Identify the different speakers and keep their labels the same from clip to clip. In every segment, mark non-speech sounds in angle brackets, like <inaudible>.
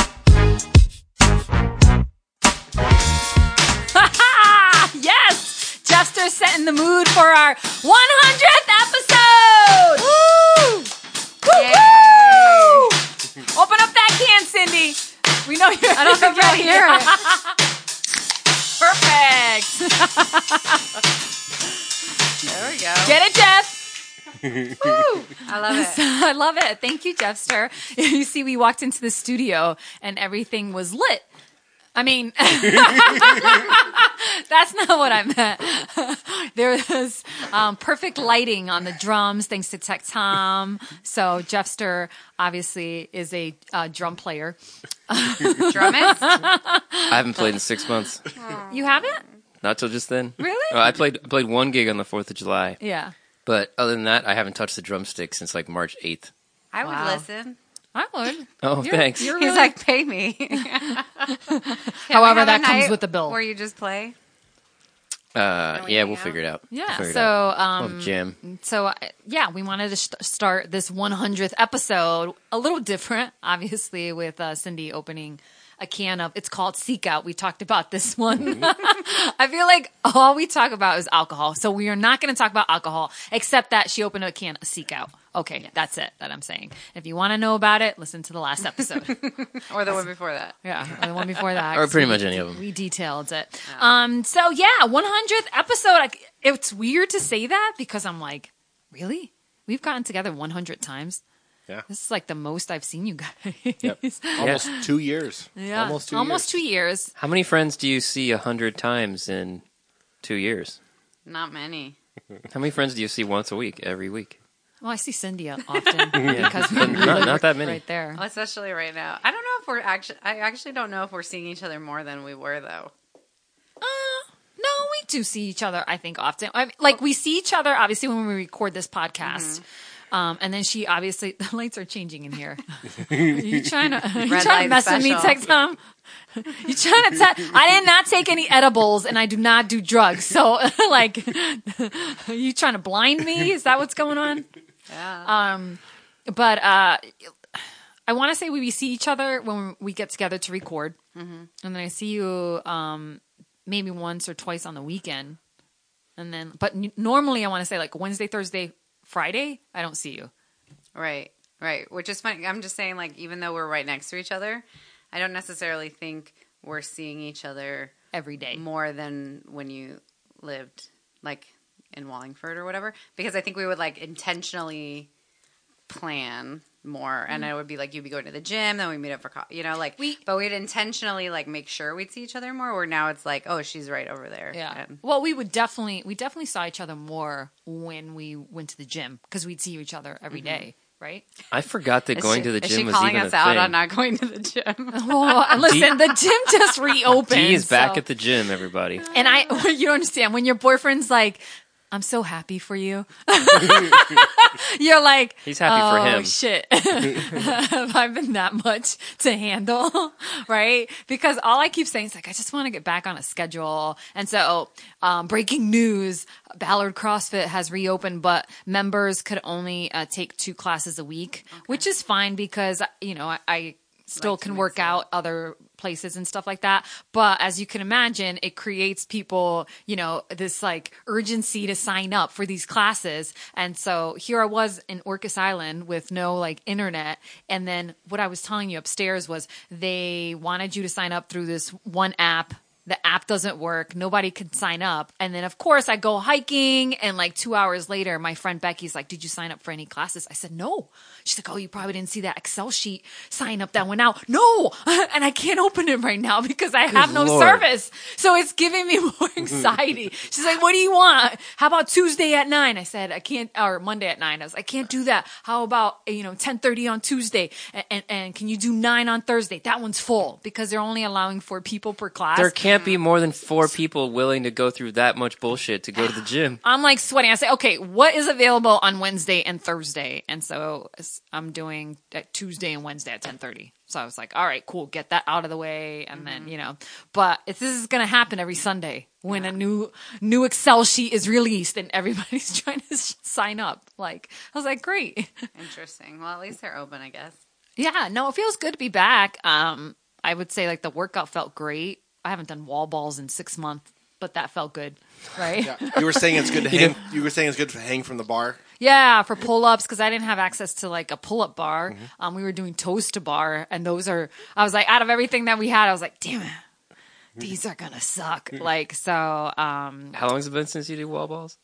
Speaker 1: <laughs> yes! Jester setting the mood for our 100th episode! Woo! Woo! woo! Open up that can, Cindy. We know you're.
Speaker 2: I don't think you'll hear it.
Speaker 1: <laughs> Perfect.
Speaker 2: There <laughs> we go.
Speaker 1: Get it, Jeff. Woo!
Speaker 2: I love
Speaker 1: So,
Speaker 2: it.
Speaker 1: <laughs> I love it. Thank you, Jeffster. <laughs> You see, we walked into the studio and everything was lit. I mean, <laughs> that's not what I meant. <laughs> there was um, perfect lighting on the drums, thanks to Tech Tom. So Jeffster obviously is a uh, drum player.
Speaker 2: Drum it.
Speaker 3: I haven't played in six months.
Speaker 1: You haven't
Speaker 3: Not till just then.
Speaker 1: really?
Speaker 3: Well, I played I played one gig on the Fourth of July,
Speaker 1: yeah,
Speaker 3: but other than that, I haven't touched the drumstick since like March eighth.
Speaker 2: I would
Speaker 1: Wow.
Speaker 2: listen.
Speaker 1: I would.
Speaker 3: Oh,
Speaker 1: You're-
Speaker 3: <laughs> thanks.
Speaker 1: you're
Speaker 2: He's
Speaker 1: really-
Speaker 2: like, pay me.
Speaker 1: <laughs> however, that comes with the bill.
Speaker 2: Where you just play.
Speaker 3: uh,
Speaker 2: we
Speaker 3: yeah,
Speaker 2: hang
Speaker 3: we'll
Speaker 2: out?
Speaker 3: figure it out. We'll
Speaker 1: yeah.
Speaker 3: figure it out.
Speaker 1: So
Speaker 3: We'll have
Speaker 1: um,
Speaker 3: a jam.
Speaker 1: So, uh, yeah, we wanted to sh- start this 100th episode a little different, <laughs> obviously, with uh, Cindy opening a can of it's called Seek Out. We talked about this <laughs> one. I feel like all we talk about is alcohol. So, we are not going to talk about alcohol, except that she opened a can of Seek Out. Okay, that's it that I'm saying. If you want to know about it, listen to the last episode.
Speaker 2: Or the one before that.
Speaker 1: yeah, or the one before that.
Speaker 3: Or pretty much any of them.
Speaker 1: We detailed it. Um, so yeah, 100th episode. I, it's weird to say that because I'm like, really? We've gotten together 100 times.
Speaker 4: <laughs> Yeah.
Speaker 1: This is like the most I've seen you guys.
Speaker 4: Yep. Almost <laughs> two years.
Speaker 1: <laughs> Yeah.
Speaker 4: Almost two years.
Speaker 1: two years.
Speaker 3: How many friends do you see a hundred times in two years?
Speaker 2: Not many.
Speaker 3: How many friends do you see once a week, every week?
Speaker 1: Well, I see Cindy often because we
Speaker 3: But not, not that many.
Speaker 1: right there.
Speaker 2: Well, especially right now. I don't know if we're actually. I actually don't know if we're seeing each other more than we were though.
Speaker 1: Uh, no, we do see each other. I think often, I mean, like we see each other obviously when we record this podcast.
Speaker 2: Mm-hmm.
Speaker 1: Um, and then she obviously <laughs> the lights are changing in
Speaker 2: <laughs>
Speaker 1: here. you trying to you trying
Speaker 2: Red
Speaker 1: to
Speaker 2: light
Speaker 1: mess with me,
Speaker 2: special.
Speaker 1: Tech Tom? You trying to? Te- I did not take any edibles, and I do not do drugs. So <laughs> like, you trying to blind me? Is that what's going on?
Speaker 2: Yeah.
Speaker 1: but uh, I want to say we, we see each other when we get together to record,
Speaker 3: Mm-hmm.
Speaker 1: and then I see you um, maybe once or twice on the weekend, and then but n- normally I want to say like Wednesday, Thursday, Friday. I don't see you.
Speaker 2: right. Right. Which is funny. I'm just saying, like, even though we're right next to each other, I don't necessarily think we're seeing each other
Speaker 1: Every day.
Speaker 2: more than when you lived like in Wallingford or whatever because I think we would like intentionally plan more and it would be like you'd be going to the gym then we meet up for coffee you know like
Speaker 1: We-
Speaker 2: but we'd intentionally like make sure we'd see each other more where now it's like oh she's right over there
Speaker 1: Yeah.
Speaker 2: And-
Speaker 1: Well, we would definitely we definitely saw each other more when we went to the gym because we'd see each other every
Speaker 3: Mm-hmm.
Speaker 1: day, right? <laughs>
Speaker 3: I forgot that
Speaker 2: Is
Speaker 3: going
Speaker 2: she-
Speaker 3: to the
Speaker 2: is she
Speaker 3: gym was
Speaker 2: calling
Speaker 3: even
Speaker 2: us
Speaker 3: a
Speaker 2: out
Speaker 3: thing.
Speaker 2: on not going to the gym
Speaker 1: Oh, and listen, the gym just reopened.
Speaker 3: D is back
Speaker 1: so-
Speaker 3: at the gym, everybody.
Speaker 1: And I, <laughs> you don't understand when your boyfriend's like, "I'm so happy for you." <laughs> You're like,
Speaker 3: He's happy for
Speaker 1: "Oh,
Speaker 3: him."
Speaker 1: Shit, <laughs> have I been that much to handle? <laughs> right? Because all I keep saying is like, I just want to get back on a schedule. And so, um, breaking news: Ballard CrossFit has reopened, but members could only uh, take two classes a week, which is fine because you know I. I still
Speaker 2: Like to
Speaker 1: can
Speaker 2: mix
Speaker 1: work
Speaker 2: it up.
Speaker 1: out out other places and stuff like that. But as you can imagine, it creates people, you know, this like urgency to sign up for these classes. And so here I was in Orcas Island with no like internet. And then what I was telling you upstairs was they wanted you to sign up through this one app. The app doesn't work. Nobody could sign up. And then, of course, I go hiking. And like two hours later, my friend Becky's like, Did you sign up for any classes? I said, No. She's like, Oh, you probably didn't see that Excel sheet sign up that went out. No. <laughs> And I can't open it right now because I have no
Speaker 3: Lord.
Speaker 1: service. So it's giving me <laughs> more anxiety. She's like, What do you want? How about Tuesday at nine? I said, I can't, or Monday at nine. I was like, I can't do that. How about, you know, 1030 on Tuesday? And, and, and can you do nine on Thursday? That one's full because they're only allowing four people per class.
Speaker 3: There can't be be more than four people willing to go through that much bullshit to go to the gym.
Speaker 1: I'm like sweating. I say, okay, what is available on Wednesday and Thursday? And so s- I'm doing at Tuesday and Wednesday at 10:30. So I was like, all right, cool, get that out of the way, and then you know. But if this is gonna happen every Sunday when a new new Excel sheet is released and everybody's <laughs> trying to s- sign up. Like I was like, great.
Speaker 2: <laughs>
Speaker 1: <laughs>
Speaker 2: Interesting. Well, at least they're open, I guess.
Speaker 1: Yeah, no, it feels good to be back. Um, I would say like the workout felt great. I haven't done wall balls in six months, but that felt good, right? yeah.
Speaker 4: You were saying it's good to hang. <laughs> You were saying it's good to hang from the bar.
Speaker 1: for pull ups because I didn't have access to like a pull up bar.
Speaker 3: Mm-hmm.
Speaker 1: Um, we were doing toast to bar, and those are. I was like, out of everything that we had, I was like, damn it, these are gonna suck.
Speaker 3: Mm-hmm.
Speaker 1: like so, um,
Speaker 3: How long has it been since you did wall balls?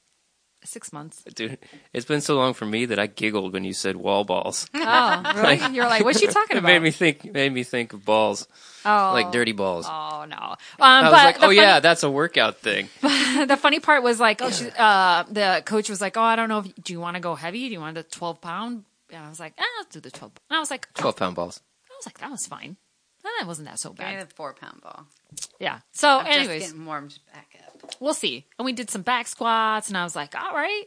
Speaker 1: six
Speaker 3: <laughs>
Speaker 1: months.
Speaker 3: Dude, it's been so long for me that I giggled when you said wall balls. It
Speaker 1: Oh, really? You're like, what's she talking about?
Speaker 3: made me think made me think of balls.
Speaker 1: oh,
Speaker 3: <laughs> Like dirty balls.
Speaker 1: Oh no! Um,
Speaker 3: I
Speaker 1: but
Speaker 3: was like,
Speaker 1: the
Speaker 3: "Oh
Speaker 1: funny-
Speaker 3: yeah, that's a workout
Speaker 1: <laughs>
Speaker 3: thing."
Speaker 1: the funny part was like, oh, she, uh, the coach was like, oh, I don't know. If, do you want to go heavy? Do you want the twelve pound? And I was like, ah, let's do the twelve. And I was like,
Speaker 3: Twelve pound balls.
Speaker 1: I was like, that was fine. That wasn't that so
Speaker 2: Give me
Speaker 1: bad.
Speaker 2: the four pound ball.
Speaker 1: Yeah. So,
Speaker 2: I'm
Speaker 1: anyways,
Speaker 2: just getting warmed back up.
Speaker 1: we'll see. And we did some back squats, and I was like, all right,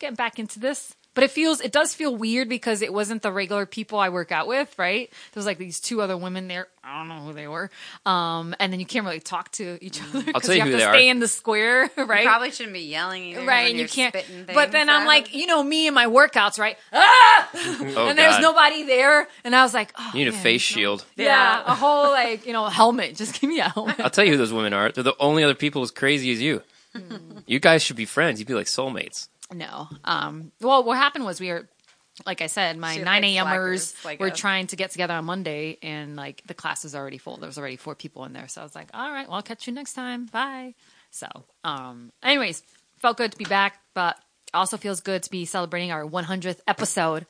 Speaker 1: getting back into this. But it feels, it does feel weird because it wasn't the regular people I work out with, right? There was like these two other women there. I don't know who they were. Um, and then you can't really talk to each other because
Speaker 3: Mm. tell
Speaker 1: you,
Speaker 3: you
Speaker 1: have
Speaker 3: who
Speaker 1: to
Speaker 3: they
Speaker 1: stay
Speaker 3: are.
Speaker 1: in the square, <laughs> right?
Speaker 2: Probably shouldn't be yelling either.
Speaker 1: right
Speaker 2: when
Speaker 1: and you
Speaker 2: you're
Speaker 1: can't
Speaker 2: spitting
Speaker 1: but then
Speaker 2: things
Speaker 1: i'm
Speaker 2: out.
Speaker 1: like you know me and my workouts right ah!
Speaker 3: Oh,
Speaker 1: and there's
Speaker 3: God.
Speaker 1: nobody there and i was like oh,
Speaker 3: You need a
Speaker 1: man.
Speaker 3: face shield.
Speaker 1: yeah
Speaker 2: Yeah.
Speaker 1: a whole like you know helmet just give me a helmet
Speaker 3: I'll tell you who those women are. They're the only other people as crazy as you.
Speaker 1: Hmm.
Speaker 3: you guys should be friends. You'd be like soulmates.
Speaker 1: no um well what happened was we were like i said my
Speaker 2: She
Speaker 1: 9
Speaker 2: likes
Speaker 1: a.m.ers
Speaker 2: slackers, like
Speaker 1: were
Speaker 2: us.
Speaker 1: trying to get together on monday and like the class was already full there was already four people in there so i was like all right well i'll catch you next time bye so um anyways felt good to be back but also feels good to be celebrating our 100th episode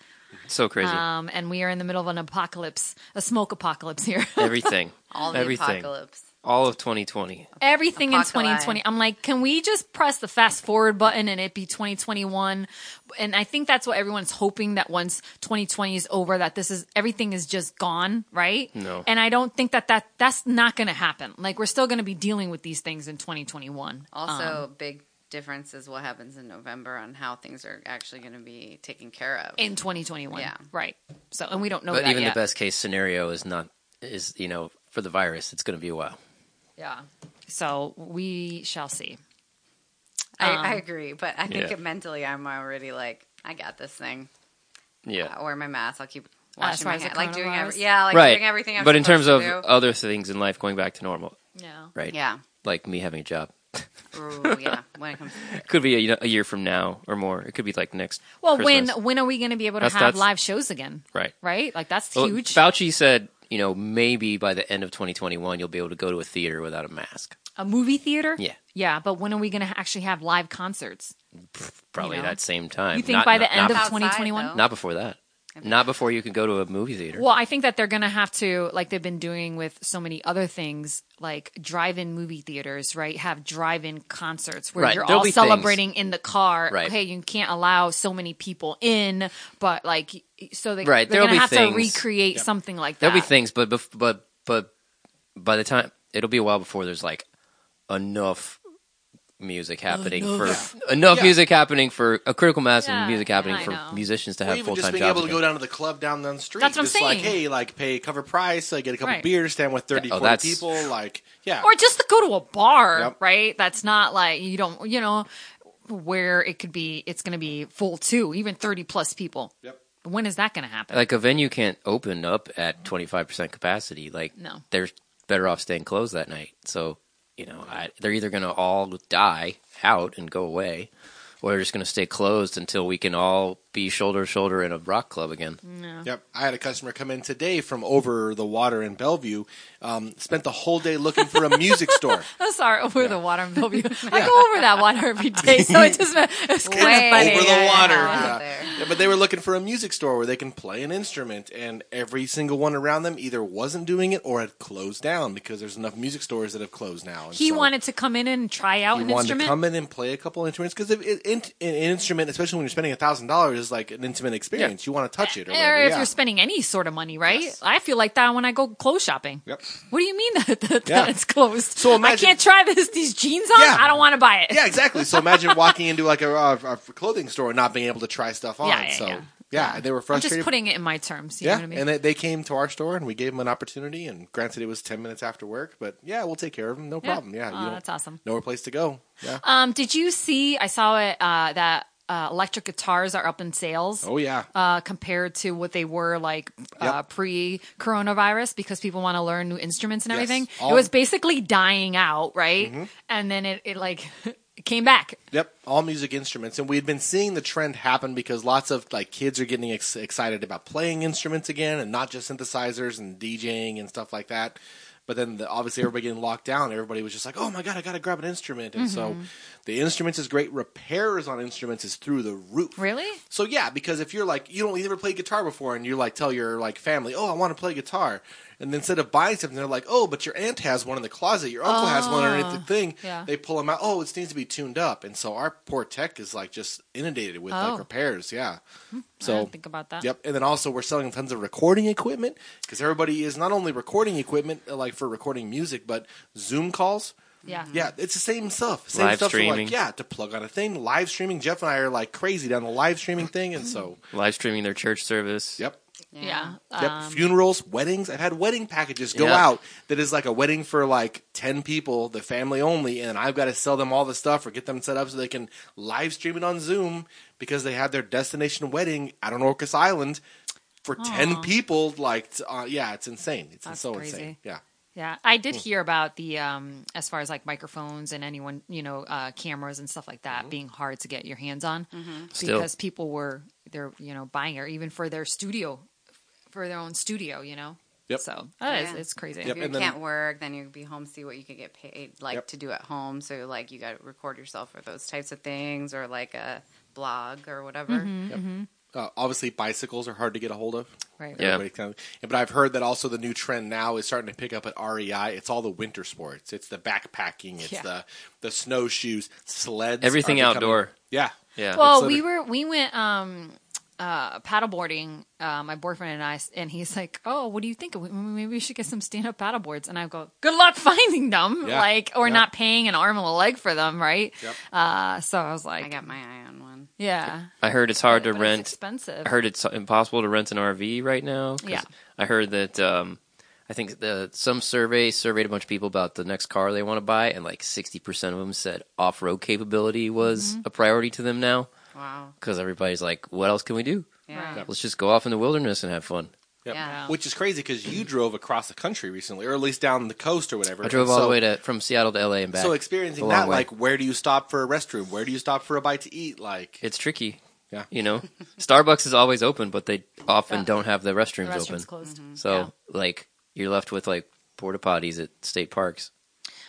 Speaker 3: So crazy.
Speaker 1: Um, and we are in the middle of an apocalypse, a smoke apocalypse here. <laughs>
Speaker 3: Everything.
Speaker 2: all the
Speaker 3: Everything.
Speaker 2: apocalypse.
Speaker 3: All of 2020.
Speaker 1: Oh, Everything in
Speaker 2: Apocalypse.
Speaker 1: 2020. I'm like, can we just press the fast forward button and it be 2021? And I think that's what everyone's hoping that once 2020 is over, that this is everything is just gone, right?
Speaker 3: No.
Speaker 1: And I don't think that that that's not going to happen. Like we're still going to be dealing with these things in 2021.
Speaker 2: Also,
Speaker 1: Um,
Speaker 2: big difference is what happens in November on how things are actually going to be taken care of.
Speaker 1: in 2021,
Speaker 2: Yeah.
Speaker 1: right? So, and we don't know
Speaker 3: But
Speaker 1: that
Speaker 3: even
Speaker 1: yet.
Speaker 3: the best case scenario is not is you know for the virus. It's going to be a while.
Speaker 1: yeah. So we shall see.
Speaker 2: I, I
Speaker 1: um,
Speaker 2: agree, but I think
Speaker 3: Yeah.
Speaker 2: mentally I'm already like, I got this thing.
Speaker 3: Yeah.
Speaker 2: I'll wear my mask. I'll keep
Speaker 1: As
Speaker 2: washing
Speaker 1: far
Speaker 2: my
Speaker 1: as the
Speaker 2: hands. Like doing
Speaker 1: coronavirus?
Speaker 2: every, yeah, like
Speaker 3: right.
Speaker 2: doing everything. I'm
Speaker 3: but in terms of
Speaker 2: supposed to
Speaker 3: other things in life going back to normal,
Speaker 1: Yeah.
Speaker 3: right?
Speaker 2: do. yeah,
Speaker 3: Like me having a job.
Speaker 2: Ooh, yeah. <laughs> When it comes, to
Speaker 3: Could be a, you know, a year from now or more. It could be like next.
Speaker 1: Well,
Speaker 3: Christmas.
Speaker 1: when when are we going to be able to
Speaker 3: That's-
Speaker 1: have
Speaker 3: that's-
Speaker 1: live shows again?
Speaker 3: Right.
Speaker 1: Right? Like that's
Speaker 3: Well,
Speaker 1: huge.
Speaker 3: Fauci said, you know, maybe by the end of 2021, you'll be able to go to a theater without a mask.
Speaker 1: a movie theater?
Speaker 3: Yeah.
Speaker 1: Yeah, but when are we going to actually have live concerts?
Speaker 3: Probably
Speaker 1: You know?
Speaker 3: that same time.
Speaker 1: You think
Speaker 3: Not-
Speaker 1: by the
Speaker 3: not-
Speaker 1: end
Speaker 3: not
Speaker 1: of
Speaker 2: outside,
Speaker 1: 2021?
Speaker 2: though.
Speaker 3: Not before that. Not before you can go to a movie theater.
Speaker 1: Well, I think that they're going to have to, like they've been doing with so many other things, like drive-in movie theaters, right? Have drive-in concerts where
Speaker 3: Right,
Speaker 1: you're
Speaker 3: there'll
Speaker 1: all
Speaker 3: be
Speaker 1: celebrating in the car.
Speaker 3: Right.
Speaker 1: Okay, you can't allow so many people in, but like, so they,
Speaker 3: Right,
Speaker 1: they're going to
Speaker 3: there'll
Speaker 1: have
Speaker 3: be
Speaker 1: to
Speaker 3: things-
Speaker 1: recreate something like that.
Speaker 3: There'll be things, but bef- but but by the time it'll be a while before there's like enough music happening for enough
Speaker 4: Yeah.
Speaker 3: music happening for a critical mass
Speaker 1: Yeah,
Speaker 3: of music happening
Speaker 1: I
Speaker 3: for
Speaker 1: know.
Speaker 3: musicians to
Speaker 4: Or
Speaker 3: have
Speaker 4: even
Speaker 3: full
Speaker 4: just
Speaker 3: time
Speaker 4: being
Speaker 3: jobs.
Speaker 4: able to
Speaker 3: again.
Speaker 4: go down to the club down the street.
Speaker 1: That's what I'm
Speaker 4: just like,
Speaker 1: saying.
Speaker 4: hey, like pay cover price, like get a couple
Speaker 1: Right.
Speaker 4: beers, stand with 30,
Speaker 3: Yeah, oh,
Speaker 4: 40
Speaker 3: that's-
Speaker 4: people, like yeah.
Speaker 1: or just to go to a bar,
Speaker 4: Yep.
Speaker 1: right? That's not like you don't, you know, where it could be. It's going to be full too, even thirty plus people.
Speaker 4: Yep.
Speaker 1: When is that going to happen?
Speaker 3: like a venue can't open up at 25% capacity like
Speaker 1: No.
Speaker 3: they're better off staying closed that night so you know I, they're either going to all die out and go away or they're just going to stay closed until we can all be shoulder to shoulder in a rock club again
Speaker 1: Mm.
Speaker 4: Yep. I had a customer come in today from over the water in Bellevue. Um, spent the whole day looking for a music store.
Speaker 1: I'm sorry, over the water in
Speaker 4: <laughs>
Speaker 1: Bellevue. I go over that water every day, so it just it's kind
Speaker 2: Way
Speaker 4: <laughs>
Speaker 1: of funny.
Speaker 4: Over the
Speaker 2: out
Speaker 4: water,
Speaker 2: Out
Speaker 4: yeah.
Speaker 2: there.
Speaker 4: but they were looking for a music store where they can play an instrument, and every single one around them either wasn't doing it or had closed down because there's enough music stores that have closed now. And
Speaker 1: He
Speaker 4: so-
Speaker 1: wanted to come in and try out
Speaker 4: you
Speaker 1: an
Speaker 4: wanted
Speaker 1: instrument.
Speaker 4: to come in and play a couple instruments because an, an instrument, especially when you're spending a thousand dollars, is like an intimate experience. You want to touch it, or,
Speaker 1: or
Speaker 4: whatever,
Speaker 1: if
Speaker 4: yeah.
Speaker 1: you're spending any sort of money, right? I feel like that when I go clothes shopping.
Speaker 4: Yep.
Speaker 1: What do you mean <laughs> that, that, that
Speaker 4: Yeah.
Speaker 1: it's closed?
Speaker 4: So imagine-
Speaker 1: I can't try this, these jeans on.
Speaker 4: Yeah.
Speaker 1: I don't want to buy it.
Speaker 4: yeah, exactly. So imagine walking into like a, a, a clothing store and not being able to try stuff on.
Speaker 1: Yeah, yeah,
Speaker 4: so
Speaker 1: yeah.
Speaker 4: they were
Speaker 1: I'm
Speaker 4: frustrated.
Speaker 1: just putting it in my terms. You
Speaker 4: yeah,
Speaker 1: know what I mean?
Speaker 4: and they, they came to our store and we gave them an opportunity. And granted, it was ten minutes after work, but yeah, we'll take care of them. No
Speaker 1: Yeah.
Speaker 4: problem. Yeah,
Speaker 1: Aw, that's awesome.
Speaker 4: Nowhere place to go. Yeah.
Speaker 1: Um, did you see? I saw it uh, that uh, electric guitars are up in sales.
Speaker 4: oh yeah.
Speaker 1: Uh, compared to what they were like uh,
Speaker 4: Yep.
Speaker 1: pre-coronavirus, because people want to learn new instruments and
Speaker 4: Yes.
Speaker 1: everything,
Speaker 4: All- Mm-hmm.
Speaker 1: it was basically dying out, right? And then it, it like <laughs> came back.
Speaker 4: Yep, all music instruments, and we had been seeing the trend happen because lots of like kids are getting ex- excited about playing instruments again, and not just synthesizers and DJing and stuff like that. But then the, obviously everybody getting locked down, everybody was just like, "Oh my god, I got to grab an instrument!" And
Speaker 1: Mm-hmm.
Speaker 4: so the instruments is great. Repairs on instruments is through the roof.
Speaker 1: Really?
Speaker 4: So yeah, because if you're like you don't you never played guitar before, and you like tell your like family, "Oh, I want to play guitar," and then instead of buying something, they're like, "Oh, but your aunt has one in the closet, your uncle has one underneath the thing."
Speaker 1: Ah, yeah.
Speaker 4: They pull them out. Oh, it needs to be tuned up, and so our poor tech is like just inundated with
Speaker 1: Oh. Hmm,
Speaker 4: like repairs. Yeah. So
Speaker 1: I didn't think about that.
Speaker 4: Yep, and then also we're selling tons of recording equipment because everybody is not only recording equipment uh, like for recording music, but Zoom calls.
Speaker 1: Yeah.
Speaker 4: Yeah, it's the same stuff. Same
Speaker 3: Live
Speaker 4: stuff. to,
Speaker 3: streaming.
Speaker 4: Like, yeah, to plug on a thing, live streaming. Jeff and I are like crazy down the live streaming thing,
Speaker 3: <clears throat>
Speaker 4: and so
Speaker 3: Live streaming their church service.
Speaker 4: yep.
Speaker 1: Yeah.
Speaker 4: Yep.
Speaker 1: Um,
Speaker 4: Funerals, weddings. I've had wedding packages go
Speaker 3: Yeah.
Speaker 4: out that is like a wedding for like 10 people, the family only, and I've got to sell them all the stuff or get them set up so they can live stream it on Zoom because they had their destination wedding out on Orcas Island for 10 people. Like, t- uh, yeah, it's insane. It's
Speaker 1: That's
Speaker 4: so
Speaker 1: crazy.
Speaker 4: insane. Yeah.
Speaker 1: Yeah, I did hear about the um as far as like microphones and anyone you know uh, cameras and stuff like that
Speaker 4: Mm-hmm.
Speaker 1: being hard to get your hands on
Speaker 3: Still.
Speaker 1: because people were they're you know buying or even for their studio for their own studio you know.
Speaker 4: Yep.
Speaker 1: So that is
Speaker 2: Yeah.
Speaker 1: it's crazy.
Speaker 4: Yep.
Speaker 2: If you
Speaker 4: and then-
Speaker 2: can't work, then you'd be home, see what you could get paid, like
Speaker 4: Yep.
Speaker 2: to do at home. So like you got to record yourself for those types of things, or like a blog or whatever.
Speaker 1: Mm-hmm.
Speaker 4: Uh, obviously, bicycles are hard to get a hold of.
Speaker 1: Right.
Speaker 3: Yeah.
Speaker 4: Everybody kind of- but I've heard that also the new trend now is starting to pick up at REI. It's all the winter sports. It's the backpacking. It's
Speaker 1: Yeah.
Speaker 4: the the snowshoes, sleds,
Speaker 3: Everything
Speaker 4: are becoming-
Speaker 3: outdoor.
Speaker 4: Yeah,
Speaker 3: Yeah.
Speaker 1: Well,
Speaker 4: It's
Speaker 1: we
Speaker 4: liter-
Speaker 1: were we went um uh paddleboarding uh my boyfriend and I and he's like, "Oh, what do you think? We- Maybe we should get some stand-up paddleboards." And I go, "Good luck finding them."
Speaker 4: Yeah.
Speaker 1: Like or
Speaker 4: Yeah.
Speaker 1: not paying an arm and a leg for them, right?
Speaker 4: Yep.
Speaker 1: Uh so I was like,
Speaker 2: I got my eye on one.
Speaker 1: yeah.
Speaker 3: I heard it's hard
Speaker 1: But
Speaker 3: to
Speaker 1: it's
Speaker 3: rent.
Speaker 1: expensive.
Speaker 3: I heard it's impossible to rent an RV right now. 'cause
Speaker 1: Yeah.
Speaker 3: I heard that. Um, I think the some survey surveyed a bunch of people about the next car they want to buy, and like sixty percent of them said off road capability was
Speaker 1: Mm-hmm.
Speaker 3: a priority to them now
Speaker 2: Wow.
Speaker 3: because everybody's like, "What else can we do?
Speaker 2: Yeah.
Speaker 1: Right.
Speaker 3: Let's just go off in the wilderness and have fun."
Speaker 4: Yep.
Speaker 2: Yeah.
Speaker 4: Which is crazy because you drove across the country recently, or at least down the coast or whatever.
Speaker 3: I drove
Speaker 4: And
Speaker 3: all
Speaker 4: so-
Speaker 3: the way to from Seattle to LA and back.
Speaker 4: So experiencing
Speaker 3: A long
Speaker 4: that,
Speaker 3: way.
Speaker 4: like, where do you stop for a restroom? Where do you stop for a bite to eat? Like,
Speaker 3: it's tricky.
Speaker 4: Yeah.
Speaker 3: you
Speaker 4: <laughs>
Speaker 3: know, Starbucks is always open, but they often don't have the
Speaker 1: The
Speaker 3: restrooms,
Speaker 1: restaurant's
Speaker 3: open.
Speaker 1: closed.
Speaker 3: So
Speaker 1: Yeah.
Speaker 3: like you're left with like porta potties at state parks.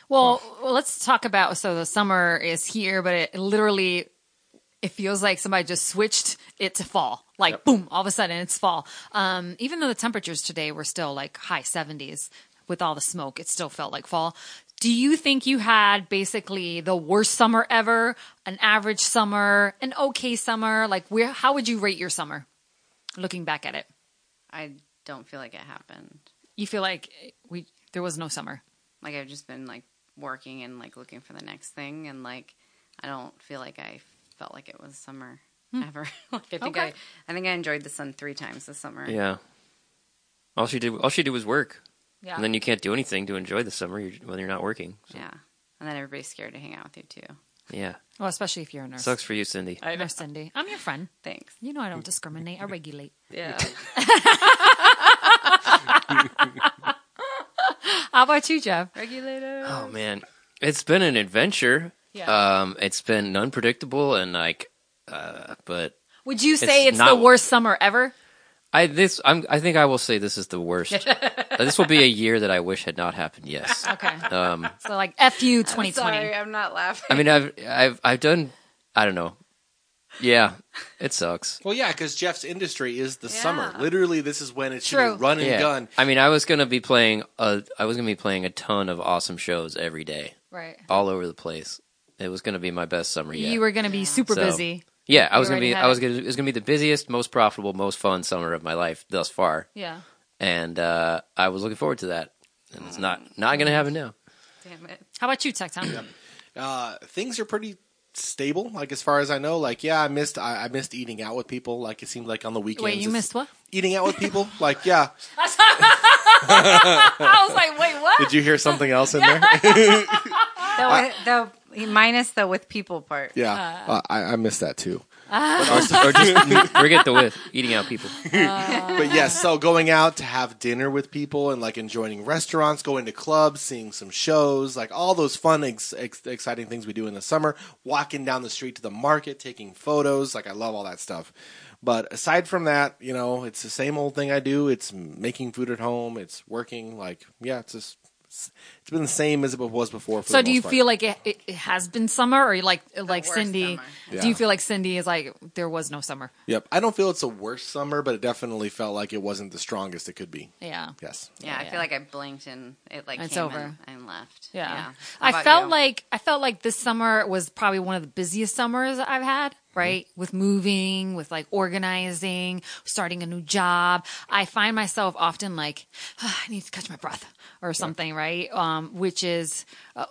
Speaker 1: Well, well, let's talk about so the summer is here, but it literally it feels like somebody just switched it to fall. Like boom, all of a sudden it's fall. Um, even though the temperatures today were still like high 70s with all the smoke, it still felt like fall. Do you think you had basically the worst summer ever, an average summer, an okay summer? Like where how would you rate your summer looking back at it?
Speaker 2: I don't feel like it happened.
Speaker 1: You feel like we there was no summer.
Speaker 2: Like I've just been like working and like looking for the next thing, and like I don't feel like I felt like it was summer ever. <laughs> like I think
Speaker 1: Okay.
Speaker 2: I, I think I enjoyed the sun three times this summer.
Speaker 3: Yeah. All she did, all she did was work,
Speaker 1: Yeah.
Speaker 3: and then you can't do anything to enjoy the summer you're, when you're not working.
Speaker 2: Yeah. And then everybody's scared to hang out with you too.
Speaker 3: Yeah,
Speaker 1: well, especially if you're a nurse.
Speaker 3: sucks for you, Cindy.
Speaker 1: I Nurse Cindy. I'm your friend.
Speaker 2: Thanks.
Speaker 1: You know I don't discriminate. I regulate.
Speaker 2: Yeah.
Speaker 1: <laughs> How about you, Jeff?
Speaker 2: <laughs> Regulator.
Speaker 3: Oh man, it's been an adventure.
Speaker 1: Yeah.
Speaker 3: Um, it's been unpredictable and like, uh, but
Speaker 1: Would you say it's,
Speaker 3: It's not-
Speaker 1: the worst summer ever?
Speaker 3: I this I'm I think I will say this is the <laughs> worst. Uh, this will be a year that I wish had not happened. Yes. <laughs>
Speaker 1: Okay.
Speaker 3: Um,
Speaker 1: So like FU
Speaker 2: I'm
Speaker 1: 2020.
Speaker 2: sorry, I'm not laughing.
Speaker 3: I mean, I've I've I've done I don't know Yeah, it sucks.
Speaker 4: Well, yeah, because Jeff's industry is the summer.
Speaker 2: Yeah.
Speaker 4: Literally, this is when it should
Speaker 1: True.
Speaker 4: be run and
Speaker 3: Yeah.
Speaker 4: gun.
Speaker 3: I mean, I was gonna be playing. A, I was gonna be playing a ton of awesome shows every day,
Speaker 1: Right.
Speaker 3: all over the place. It was gonna be my best summer yet.
Speaker 1: You were going to be super
Speaker 3: So-
Speaker 1: busy.
Speaker 3: yeah, I
Speaker 1: you
Speaker 3: was gonna
Speaker 1: already
Speaker 3: be.
Speaker 1: had
Speaker 3: I was
Speaker 1: it.
Speaker 3: gonna. It was gonna be the busiest, most profitable, most fun summer of my life thus far,
Speaker 1: Yeah.
Speaker 3: and uh, I was looking forward to that. And it's not not gonna happen now.
Speaker 2: <laughs> Damn it.
Speaker 1: How about you, Tech Town?
Speaker 4: Uh, things are pretty stable, like as far as I know. Like, yeah, I missed I, I missed eating out with people. Like it seemed like on the
Speaker 1: <clears throat>
Speaker 4: weekends.
Speaker 1: Wait, you
Speaker 4: it's-
Speaker 1: missed what?
Speaker 4: eating out with people. like, yeah.
Speaker 1: <laughs> I was like, wait, what?
Speaker 4: Did you hear something
Speaker 1: <laughs>
Speaker 4: else in there? <laughs>
Speaker 2: The, the minus the with people part.
Speaker 4: Yeah, uh, I, I missed that too.
Speaker 3: or just forget the with eating out
Speaker 4: <laughs>
Speaker 3: people.
Speaker 4: But yes, so going out to have dinner with people and like enjoying restaurants, going to clubs, seeing some shows, like all those fun, ex- ex- exciting things we do in the summer. Walking down the street to the market, taking photos, like I love all that stuff. But aside from that, you know, it's the same old thing I do. It's making food at home. It's working. Like yeah, it's just it's it's been the same as it was before. For
Speaker 1: So
Speaker 4: the
Speaker 1: do
Speaker 4: most
Speaker 1: you
Speaker 4: part.
Speaker 1: feel like it, it, it has been summer or like like
Speaker 2: worst
Speaker 1: Cindy
Speaker 2: summer.
Speaker 1: do
Speaker 4: Yeah.
Speaker 1: you feel like Cindy is like there was no summer?
Speaker 4: Yep, I don't feel it's the worst summer, but it definitely felt like it wasn't the strongest it could be.
Speaker 1: Yeah.
Speaker 4: Yes.
Speaker 2: Yeah, I feel like I blinked and it like
Speaker 1: It's
Speaker 2: came
Speaker 1: over.
Speaker 2: and- and left.
Speaker 1: Yeah.
Speaker 2: How
Speaker 1: I
Speaker 2: about
Speaker 1: felt
Speaker 2: you?
Speaker 1: like I felt like this summer was probably one of the busiest summers I've had,
Speaker 2: Mm-hmm.
Speaker 1: right? With moving, with like organizing, starting a new job. I find myself often like "Ah, I need to catch my breath or something, right? Um which is uh,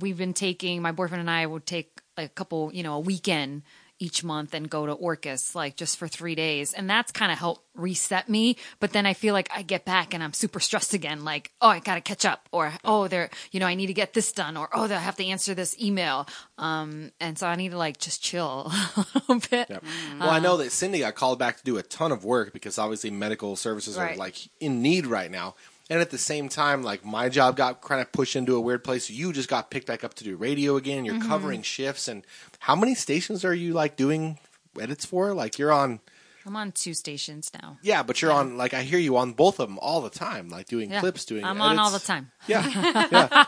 Speaker 1: we've been taking my boyfriend and I would take like a couple, you know, a weekend each month and go to Orcas like just for three days. And that's kind of helped reset me. But then I feel like I get back and I'm super stressed again. Like, oh, I got to catch up or, oh, there, you know, I need to get this done or, oh, I have to answer this email. Um, and so I need to like just chill <laughs> a little bit.
Speaker 4: Yep. Well, I know
Speaker 1: Um,
Speaker 4: that Cindy got called back to do a ton of work because obviously medical services
Speaker 2: Right.
Speaker 4: are like in need right now. And at the same time, like my job got kind of pushed into a weird place. You just got picked back up to do radio again. You're
Speaker 1: Mm-hmm.
Speaker 4: covering shifts. And how many stations are you like doing edits for? Like you're on,
Speaker 1: I'm on two stations now.
Speaker 4: yeah, but you're on, like I hear you on both of them all the time, like doing
Speaker 1: Yeah.
Speaker 4: clips, doing
Speaker 1: I'm on all the
Speaker 4: edits.
Speaker 1: time,
Speaker 4: Yeah.
Speaker 1: <laughs>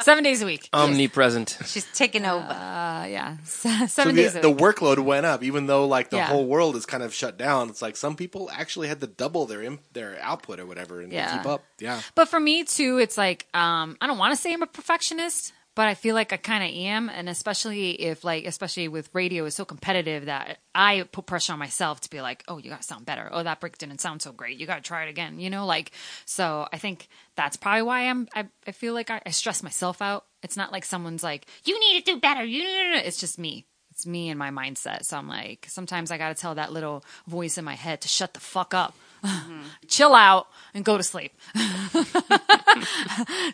Speaker 1: seven days a week.
Speaker 3: Omnipresent.
Speaker 2: she's taking over.
Speaker 1: Uh, yeah, <laughs> seven
Speaker 4: so the,
Speaker 1: days a
Speaker 4: the
Speaker 1: week.
Speaker 4: workload went up, even though like the
Speaker 1: Yeah.
Speaker 4: whole world is kind of shut down. It's like some people actually had to double their, imp- their output or whatever and to
Speaker 1: Yeah.
Speaker 4: keep up. Yeah.
Speaker 1: But for me too, it's like um, I don't want to say I'm a perfectionist, but I feel like I kind of am, and especially if like especially with radio is so competitive that I put pressure on myself to be like, oh, you got to sound better. Oh, that break didn't sound so great. You got to try it again. You know, like so. I think that's probably why I'm. I, I feel like I, I stress myself out. It's not like someone's like, you need to do better. You need to. do-" It's just me. It's me and my mindset. So I'm like, sometimes I got to tell that little voice in my head to shut the fuck up, <laughs> chill out, and go to sleep.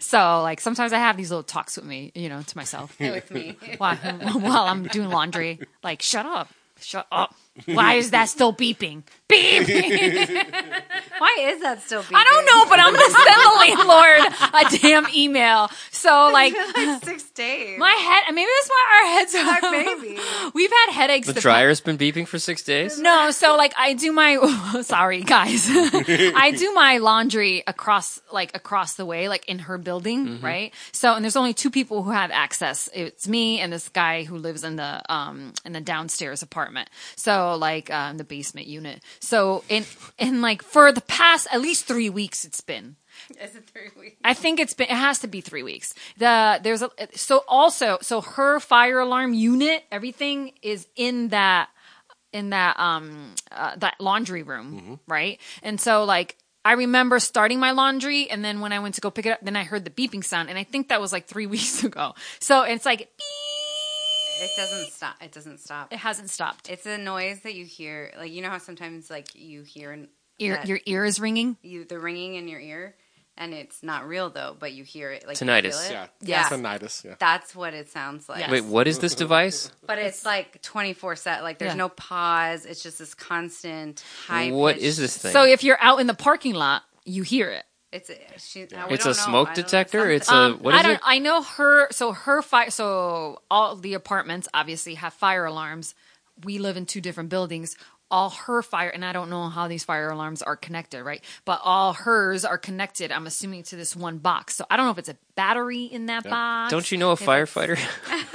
Speaker 1: So like sometimes I have these little talks with me, you know, to myself
Speaker 2: <laughs> with me.
Speaker 1: while, while I'm doing laundry. Like, shut up, shut up. Why is that still beeping? Beep. <laughs>
Speaker 2: Why is that still? Beeping?
Speaker 1: I
Speaker 2: <laughs>
Speaker 1: don't know, but I'm gonna send the landlord a damn email. So like
Speaker 2: Like six days.
Speaker 1: my head. Maybe that's why our heads
Speaker 2: <laughs>
Speaker 1: are.
Speaker 2: Our baby.
Speaker 1: <laughs> We've had headaches.
Speaker 3: The
Speaker 1: the-
Speaker 3: dryer's been beeping for six days.
Speaker 1: No, so like I do my <laughs> sorry guys. I do my laundry across like across the way like in her building, right? So and there's only two people who have access. It's me and this guy who lives in the um in the downstairs apartment. So like um the basement unit. So in in like for the past at least 3 weeks it's been
Speaker 2: Is it three weeks?
Speaker 1: I think it's been it has to be three weeks. The there's a so also so her fire alarm unit everything is in that in that um uh, that laundry room right and so like I remember starting my laundry and then when I went to go pick it up then I heard the beeping sound and I think that was like three <laughs> weeks ago so it's like beep
Speaker 2: It doesn't stop. It doesn't stop.
Speaker 1: it hasn't stopped
Speaker 2: It's a noise that you hear. Like you know how sometimes like you hear an-
Speaker 1: Ear,
Speaker 2: that
Speaker 1: your ear is ringing
Speaker 2: you the ringing in your ear, and it's not real though, but you hear it like
Speaker 3: Tinnitus.
Speaker 2: You feel it. Yeah.
Speaker 4: Yeah. Tinnitus. Yeah.
Speaker 2: That's what it sounds like.
Speaker 1: Yes.
Speaker 3: Wait, what is this device?
Speaker 2: But it's, like twenty four set. Like there's
Speaker 1: Yeah.
Speaker 2: no pause. It's just this constant high.
Speaker 3: What is this thing?
Speaker 1: so if you're out in the parking lot you hear it
Speaker 2: It's she, now, we
Speaker 3: it's
Speaker 2: don't
Speaker 3: a
Speaker 2: know. I
Speaker 3: smoke
Speaker 2: don't know.
Speaker 3: detector.
Speaker 2: Something-
Speaker 3: It's a what is
Speaker 1: I don't.
Speaker 3: it?
Speaker 1: I know her. So her fire. So all the apartments obviously have fire alarms. We live in two different buildings. all her fire and I don't know how these fire alarms are connected, right? But all hers are connected, I'm assuming, to this one box. So I don't know if it's a battery in that box.
Speaker 3: Don't you know a firefighter?
Speaker 1: You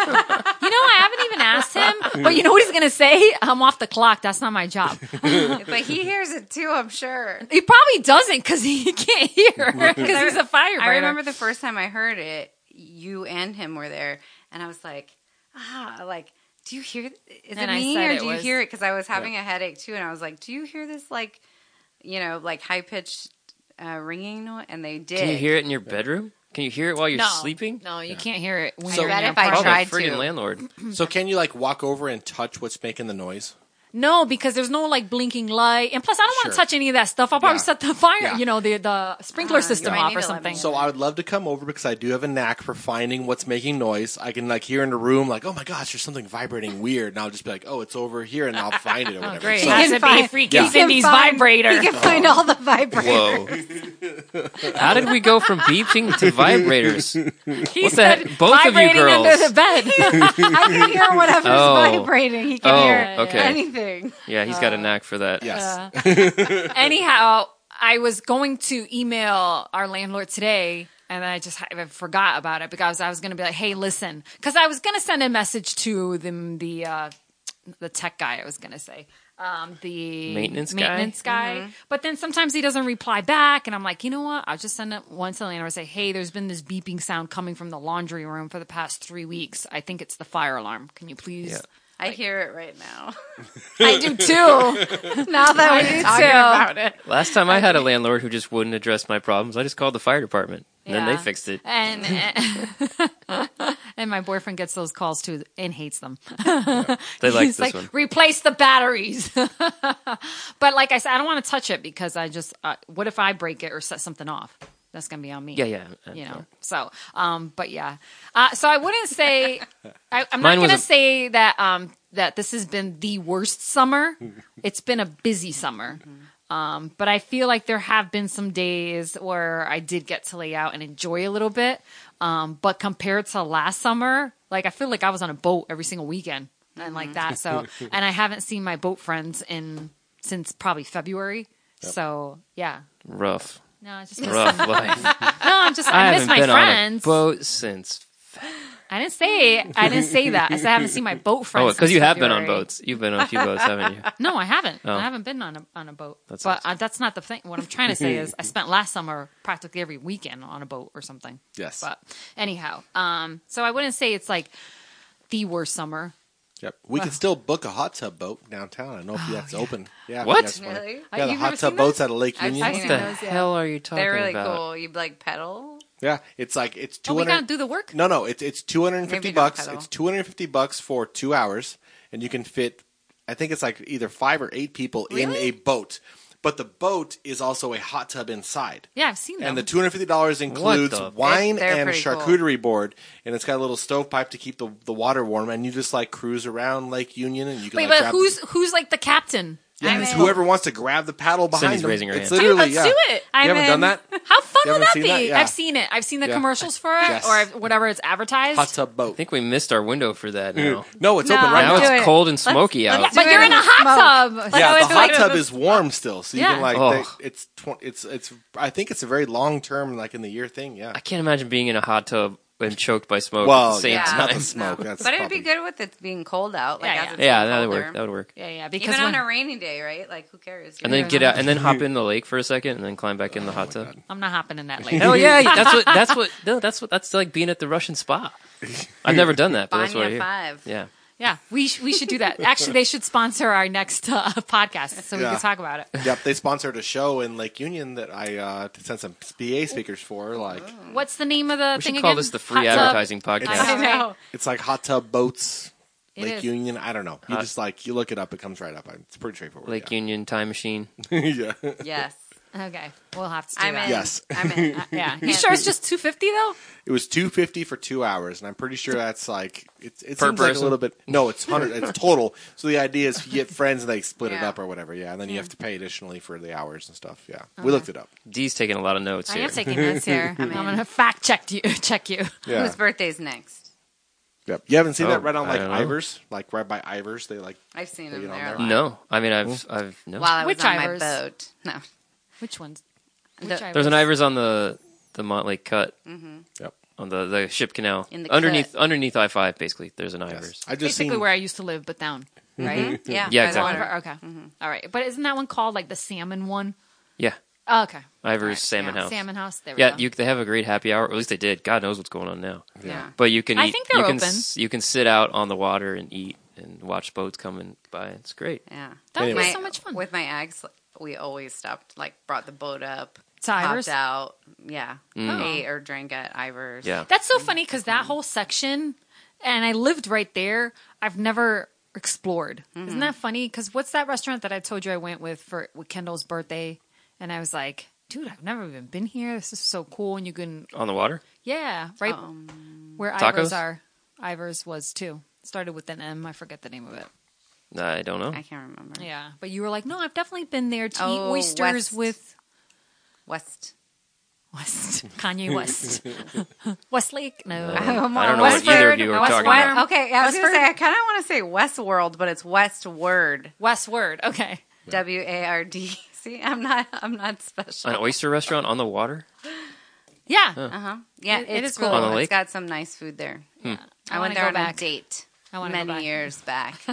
Speaker 1: know, I haven't even asked
Speaker 3: <laughs>
Speaker 1: him, but you know what he's gonna say? I'm off the clock. That's not my job.
Speaker 2: but he hears it too, I'm sure.
Speaker 1: he probably doesn't because he can't hear because he's a firefighter.
Speaker 2: I remember the first time I heard it, you and him were there, and I was like, ah, like, do you hear? Is
Speaker 1: And
Speaker 2: it
Speaker 1: I
Speaker 2: me
Speaker 1: said
Speaker 2: or
Speaker 1: it
Speaker 2: do you
Speaker 1: was-
Speaker 2: hear it? Because I was having a headache too, and I was like, do you hear this like, you know, like high pitched uh, ringing noise? And they did.
Speaker 3: Can you hear it in your bedroom? Can you hear it while you're
Speaker 1: no,
Speaker 3: sleeping?
Speaker 1: No, you can't hear it. When
Speaker 2: I
Speaker 1: you're
Speaker 2: read
Speaker 1: in
Speaker 2: it
Speaker 1: your
Speaker 2: by
Speaker 1: apartment.
Speaker 3: Call the
Speaker 2: tried
Speaker 3: friggin'
Speaker 2: to.
Speaker 1: <laughs>
Speaker 3: landlord.
Speaker 1: Mm-hmm.
Speaker 4: So can you like walk over and touch what's making the noise?
Speaker 1: No, because there's no like blinking light, and plus I don't want
Speaker 4: Sure.
Speaker 1: to touch any of that stuff. I'll probably
Speaker 4: Yeah.
Speaker 1: set the fire,
Speaker 4: Yeah.
Speaker 1: you know, the the sprinkler
Speaker 2: Ah, you
Speaker 1: system
Speaker 2: might
Speaker 1: off
Speaker 2: need
Speaker 1: or
Speaker 2: to let
Speaker 1: something.
Speaker 2: me know.
Speaker 4: So I would love to come over because I do have a knack for finding what's making noise. I can like hear in the room like, oh my gosh, there's something vibrating weird, and I'll just be like, oh, it's over here, and I'll
Speaker 1: <laughs>
Speaker 4: find it or whatever.
Speaker 1: Oh, great.
Speaker 4: So-
Speaker 1: That's a big freaking Cindy's vibrator.
Speaker 2: He can <laughs> find all the vibrators.
Speaker 3: Whoa. How did we go from beeping to vibrators?
Speaker 1: He
Speaker 3: that? Both of you
Speaker 1: vibrating
Speaker 3: girls.
Speaker 1: under the bed.
Speaker 2: I can
Speaker 3: <laughs>
Speaker 2: hear whatever's
Speaker 3: Oh.
Speaker 2: vibrating. He can
Speaker 3: Oh,
Speaker 2: hear
Speaker 3: okay.
Speaker 2: anything.
Speaker 3: Yeah, he's got a knack for that.
Speaker 4: Yes.
Speaker 1: Anyhow, I was going to email our landlord today. And I just I forgot about it because I was going to be like, "Hey, listen," because I was going to send a message to the the uh, the tech guy. I was going to say um, the
Speaker 3: Maintenance guy?
Speaker 1: maintenance guy.
Speaker 2: Mm-hmm.
Speaker 1: But then sometimes he doesn't reply back, and I'm like, you know what? I'll just send it once to the landlord. and Say, hey, there's been this beeping sound coming from the laundry room for the past three weeks. I think it's the fire alarm. Can you please?
Speaker 3: Yeah.
Speaker 2: I hear it right now.
Speaker 1: I do too.
Speaker 3: <laughs>
Speaker 2: now that
Speaker 1: I
Speaker 2: we're
Speaker 1: do
Speaker 2: talking
Speaker 1: too.
Speaker 2: about it.
Speaker 3: Last time I had a landlord who just wouldn't address my problems, I just called the fire department. And then
Speaker 1: Yeah. Uh,
Speaker 3: they fixed it. <laughs>
Speaker 1: and <laughs> and my boyfriend gets those calls too and hates them.
Speaker 3: They liked
Speaker 1: He's
Speaker 3: this
Speaker 1: like,
Speaker 3: one.
Speaker 1: replace the batteries. <laughs> but like I said, I don't want to touch it because I just uh, what if I break it or set something off? That's gonna be on me.
Speaker 3: Yeah, yeah.
Speaker 1: You know, so, um, but yeah, uh, so I wouldn't say I, I'm
Speaker 3: Mine
Speaker 1: not
Speaker 3: was
Speaker 1: gonna
Speaker 3: a-
Speaker 1: say that um, that this has been the worst
Speaker 3: <laughs>
Speaker 1: summer. it's been a busy summer,
Speaker 3: Mm-hmm.
Speaker 1: um, but I feel like there have been some days where I did get to lay out and enjoy a little bit. Um, but compared to last summer, like I feel like I was on a boat every single weekend and
Speaker 3: Mm-hmm.
Speaker 1: like that.
Speaker 3: <laughs>
Speaker 1: So, and I haven't seen my boat friends in since probably February. So yeah,
Speaker 3: Rough.
Speaker 1: no, I just miss
Speaker 3: Rough life.
Speaker 1: no, I'm just
Speaker 3: I
Speaker 1: I, miss
Speaker 3: haven't
Speaker 1: my
Speaker 3: been
Speaker 1: friends.
Speaker 3: on a boat since.
Speaker 1: I didn't say I didn't say that. I said I haven't seen my boat friends.
Speaker 3: Oh, because you
Speaker 1: since
Speaker 3: have been on
Speaker 1: February.
Speaker 3: boats. You've been on a few boats,
Speaker 1: <laughs>
Speaker 3: haven't you?
Speaker 1: No, I haven't. I haven't been on a on a boat.
Speaker 3: That's
Speaker 1: but
Speaker 3: awesome.
Speaker 1: uh, that's not the thing. What I'm trying to say is,
Speaker 3: <laughs>
Speaker 1: I spent last summer practically every weekend on a boat or something.
Speaker 4: Yes.
Speaker 1: But anyhow, um, so I wouldn't say it's like the worst summer.
Speaker 4: Yep. We could still book a hot tub boat downtown. I don't
Speaker 1: <gasps>
Speaker 4: know if
Speaker 1: Oh,
Speaker 4: that's open. Yeah.
Speaker 3: What?
Speaker 4: That's fine.
Speaker 2: Really?
Speaker 1: Uh,
Speaker 4: Yeah, the
Speaker 1: you've
Speaker 4: hot
Speaker 1: never
Speaker 4: tub
Speaker 1: seen
Speaker 4: boats
Speaker 1: those?
Speaker 4: out of Lake
Speaker 2: I've
Speaker 4: Union.
Speaker 2: seen
Speaker 3: What the
Speaker 2: those, yeah.
Speaker 3: hell are you talking
Speaker 2: They're really
Speaker 3: about?
Speaker 2: cool. You like pedal.
Speaker 4: Yeah, it's like it's two
Speaker 1: Oh, we
Speaker 4: hundred.
Speaker 1: gotta do the work.
Speaker 4: No, no, it's it's two hundred and
Speaker 2: Maybe
Speaker 4: fifty
Speaker 2: not
Speaker 4: bucks.
Speaker 2: pedal.
Speaker 4: It's two hundred and fifty bucks for two hours, and you can fit. I think it's like either five or eight people in a boat, but the boat is also a hot tub inside.
Speaker 1: Yeah, I've seen them.
Speaker 4: And the two hundred fifty dollars includes
Speaker 3: the-
Speaker 4: wine
Speaker 2: They're
Speaker 4: and
Speaker 2: pretty cool.
Speaker 4: charcuterie board, and it's got a little stovepipe to keep the, the water warm. And you just like cruise around Lake Union, and you can
Speaker 1: Wait,
Speaker 4: like
Speaker 1: but
Speaker 4: grab
Speaker 1: who's who's like the captain?
Speaker 4: Yeah,
Speaker 2: I'm
Speaker 4: it's
Speaker 2: in.
Speaker 4: whoever wants to grab the paddle behind
Speaker 3: Cindy's
Speaker 4: them.
Speaker 3: raising her
Speaker 4: it's
Speaker 3: hand.
Speaker 1: Dude,
Speaker 4: literally
Speaker 1: let's
Speaker 4: yeah.
Speaker 1: do it.
Speaker 4: You haven't
Speaker 2: in.
Speaker 4: done that
Speaker 1: How fun
Speaker 4: You
Speaker 1: would
Speaker 4: haven't
Speaker 1: that be?
Speaker 4: seen that? Yeah.
Speaker 1: I've seen it. I've seen the
Speaker 4: Yeah.
Speaker 1: commercials for it
Speaker 4: <laughs> Yes.
Speaker 1: or whatever it's advertised.
Speaker 4: hot tub boat.
Speaker 3: I think we missed our window for that now.
Speaker 4: No, it's
Speaker 1: No.
Speaker 4: open right
Speaker 3: now
Speaker 4: now.
Speaker 2: do
Speaker 3: it's
Speaker 2: it.
Speaker 3: cold and smoky out.
Speaker 1: but
Speaker 2: do
Speaker 1: you're
Speaker 2: it.
Speaker 1: in a hot tub.
Speaker 4: Yeah,
Speaker 1: so
Speaker 4: the
Speaker 1: it's
Speaker 4: hot
Speaker 1: like-
Speaker 4: tub is warm still, so you
Speaker 1: Yeah.
Speaker 4: can like
Speaker 3: Ugh.
Speaker 4: they- it's tw- it's it's. I think it's a very long term, like in the year thing. Yeah.
Speaker 1: <laughs>
Speaker 3: I can't imagine being in a hot tub and choked by smoke at
Speaker 4: Well,
Speaker 3: the same
Speaker 4: yeah.
Speaker 3: time.
Speaker 4: not the smoke, that's
Speaker 2: but it would be
Speaker 4: probably-
Speaker 2: good with it being cold out. Like
Speaker 1: Yeah,
Speaker 2: as
Speaker 1: yeah.
Speaker 2: it's
Speaker 3: Yeah,
Speaker 2: getting
Speaker 3: that would
Speaker 2: colder.
Speaker 3: work. That would work.
Speaker 1: Yeah, yeah. Because
Speaker 2: Even on
Speaker 1: when-
Speaker 2: a rainy day, right? Like who cares?
Speaker 3: And then
Speaker 1: Yeah.
Speaker 3: get out, and then hop in the lake for a second, and then climb back
Speaker 4: Oh
Speaker 3: in the hot tub.
Speaker 1: I'm not hopping in
Speaker 4: <laughs>
Speaker 1: that Oh, lake.
Speaker 3: Hell yeah, that's what that's what no, that's what that's like being at the Russian spa. I've never done that, but that's what I
Speaker 2: Banya
Speaker 3: hear.
Speaker 2: five.
Speaker 3: Yeah,
Speaker 1: Yeah, we sh- we should do that. Actually, they should sponsor our next uh, <laughs> podcast so we
Speaker 4: Yeah.
Speaker 1: can talk about it.
Speaker 4: Yep, they sponsored a show in Lake Union that I uh, sent some PA speakers for. Like
Speaker 1: What's the name of the
Speaker 3: we
Speaker 1: thing
Speaker 3: should call
Speaker 1: again?
Speaker 3: this the free
Speaker 1: Hot tub.
Speaker 3: advertising podcast.
Speaker 1: I know.
Speaker 4: it's like hot tub boats,
Speaker 1: It
Speaker 4: Lake
Speaker 1: is.
Speaker 4: Union. I don't know. You
Speaker 3: Hot-
Speaker 4: just like you look it up, it comes right up. It's pretty straightforward.
Speaker 3: Lake Union time machine.
Speaker 4: Union. <laughs> yeah.
Speaker 2: Yes.
Speaker 3: <laughs>
Speaker 1: Okay, we'll have to do
Speaker 2: I'm
Speaker 1: that.
Speaker 2: in.
Speaker 4: Yes.
Speaker 2: I'm
Speaker 4: <laughs>
Speaker 2: in.
Speaker 1: Yeah, you sure it's just two fifty though?
Speaker 4: It was two fifty for two hours, and I'm pretty sure that's like it's it
Speaker 3: Per
Speaker 4: seems like a
Speaker 3: person?
Speaker 4: little bit. No, it's hundred. it's
Speaker 1: <laughs>
Speaker 4: total. So the idea is you get friends and they split it
Speaker 2: Yeah.
Speaker 4: up or whatever. Yeah, and then you have to pay additionally for the hours and stuff. Yeah, we looked it up.
Speaker 3: D's taking a lot of notes
Speaker 1: I
Speaker 3: here.
Speaker 4: <laughs>
Speaker 1: am taking notes here. I'm, gonna fact <laughs> check you. Check you.
Speaker 4: Yeah,
Speaker 2: Whose birthday's next?
Speaker 5: Yep.
Speaker 4: You haven't seen
Speaker 3: Oh,
Speaker 4: that right on
Speaker 3: I
Speaker 4: like
Speaker 3: don't know.
Speaker 4: Ivers, like right by Ivers. They like
Speaker 2: I've seen
Speaker 4: They
Speaker 2: him
Speaker 4: get on
Speaker 2: there. a
Speaker 4: there.
Speaker 2: lot.
Speaker 3: No, I mean I've I've no.
Speaker 2: While I was
Speaker 1: Which
Speaker 2: on
Speaker 1: Ivers?
Speaker 2: my boat.
Speaker 4: <laughs>
Speaker 2: No.
Speaker 1: Which ones? Which
Speaker 2: The-
Speaker 1: Ivers?
Speaker 3: There's an Ivers on the the Montlake cut
Speaker 5: Yep.
Speaker 3: on the the ship canal
Speaker 2: In the
Speaker 3: underneath
Speaker 2: cut.
Speaker 3: underneath I five basically. There's an Ivers.
Speaker 4: I just
Speaker 1: Basically
Speaker 4: seen
Speaker 1: where I used to live, but down.
Speaker 2: Right? Yeah. by
Speaker 3: Yeah,
Speaker 2: the
Speaker 3: exactly.
Speaker 2: water.
Speaker 1: Okay.
Speaker 3: Mm-hmm.
Speaker 1: All right. But isn't that one called like the salmon one?
Speaker 3: Yeah,
Speaker 1: Oh, okay.
Speaker 3: Ivers Salmon
Speaker 1: Yeah,
Speaker 3: House.
Speaker 1: Salmon House. There we
Speaker 3: yeah,
Speaker 1: go.
Speaker 3: you they have a great happy hour. Or at least they did. God knows what's going on now.
Speaker 2: Yeah.
Speaker 3: But you can.
Speaker 1: I
Speaker 3: eat-
Speaker 1: think they're
Speaker 3: you can,
Speaker 1: open.
Speaker 3: s- You can sit out on the water and eat and watch boats coming by. It's great.
Speaker 2: Yeah.
Speaker 1: That would be
Speaker 4: Anyway.
Speaker 1: so much fun.
Speaker 2: With my ex, we always stopped, like, brought the boat up,
Speaker 1: To Ivers?
Speaker 2: popped out. Yeah.
Speaker 1: Oh.
Speaker 2: Ate or drank at Ivers.
Speaker 3: Yeah.
Speaker 1: That's so funny because that whole section, and I lived right there. I've never explored.
Speaker 2: Mm-hmm.
Speaker 1: Isn't that funny? Because what's that restaurant that I told you I went with for with Kendall's birthday? And I was like, dude, I've never even been here. This is so cool. And you can,
Speaker 3: on the water.
Speaker 1: yeah, right
Speaker 2: Um,
Speaker 1: where
Speaker 3: Tacos?
Speaker 1: Ivers are. Ivers was too. Started with an M. I forget the name of it.
Speaker 3: I don't know.
Speaker 2: I can't remember.
Speaker 1: Yeah, but you were like, no, I've definitely been there to
Speaker 2: Oh,
Speaker 1: eat oysters
Speaker 2: West.
Speaker 1: with <laughs>
Speaker 2: West.
Speaker 1: West Kanye
Speaker 2: <laughs>
Speaker 1: West, Westlake. No, <laughs>
Speaker 3: I don't know what either of you are talking
Speaker 1: Westward.
Speaker 3: about.
Speaker 2: Okay, I was
Speaker 1: Westward?
Speaker 2: going to say, I kind of want to say Westworld, but it's Westward.
Speaker 1: Westward. Okay.
Speaker 2: W A R D. <laughs> See, I'm not, I'm not special.
Speaker 3: An oyster restaurant on the water.
Speaker 1: Yeah.
Speaker 2: Uh huh. Yeah,
Speaker 1: It-
Speaker 2: it's
Speaker 1: it is
Speaker 2: cool.
Speaker 1: cool.
Speaker 3: On the lake? Hmm.
Speaker 2: It's got some nice food there.
Speaker 1: I
Speaker 2: I, went
Speaker 1: wanna
Speaker 2: there
Speaker 1: go
Speaker 2: on
Speaker 1: back.
Speaker 2: a date
Speaker 1: I wanna go
Speaker 2: many
Speaker 1: back.
Speaker 2: years back.
Speaker 1: <laughs>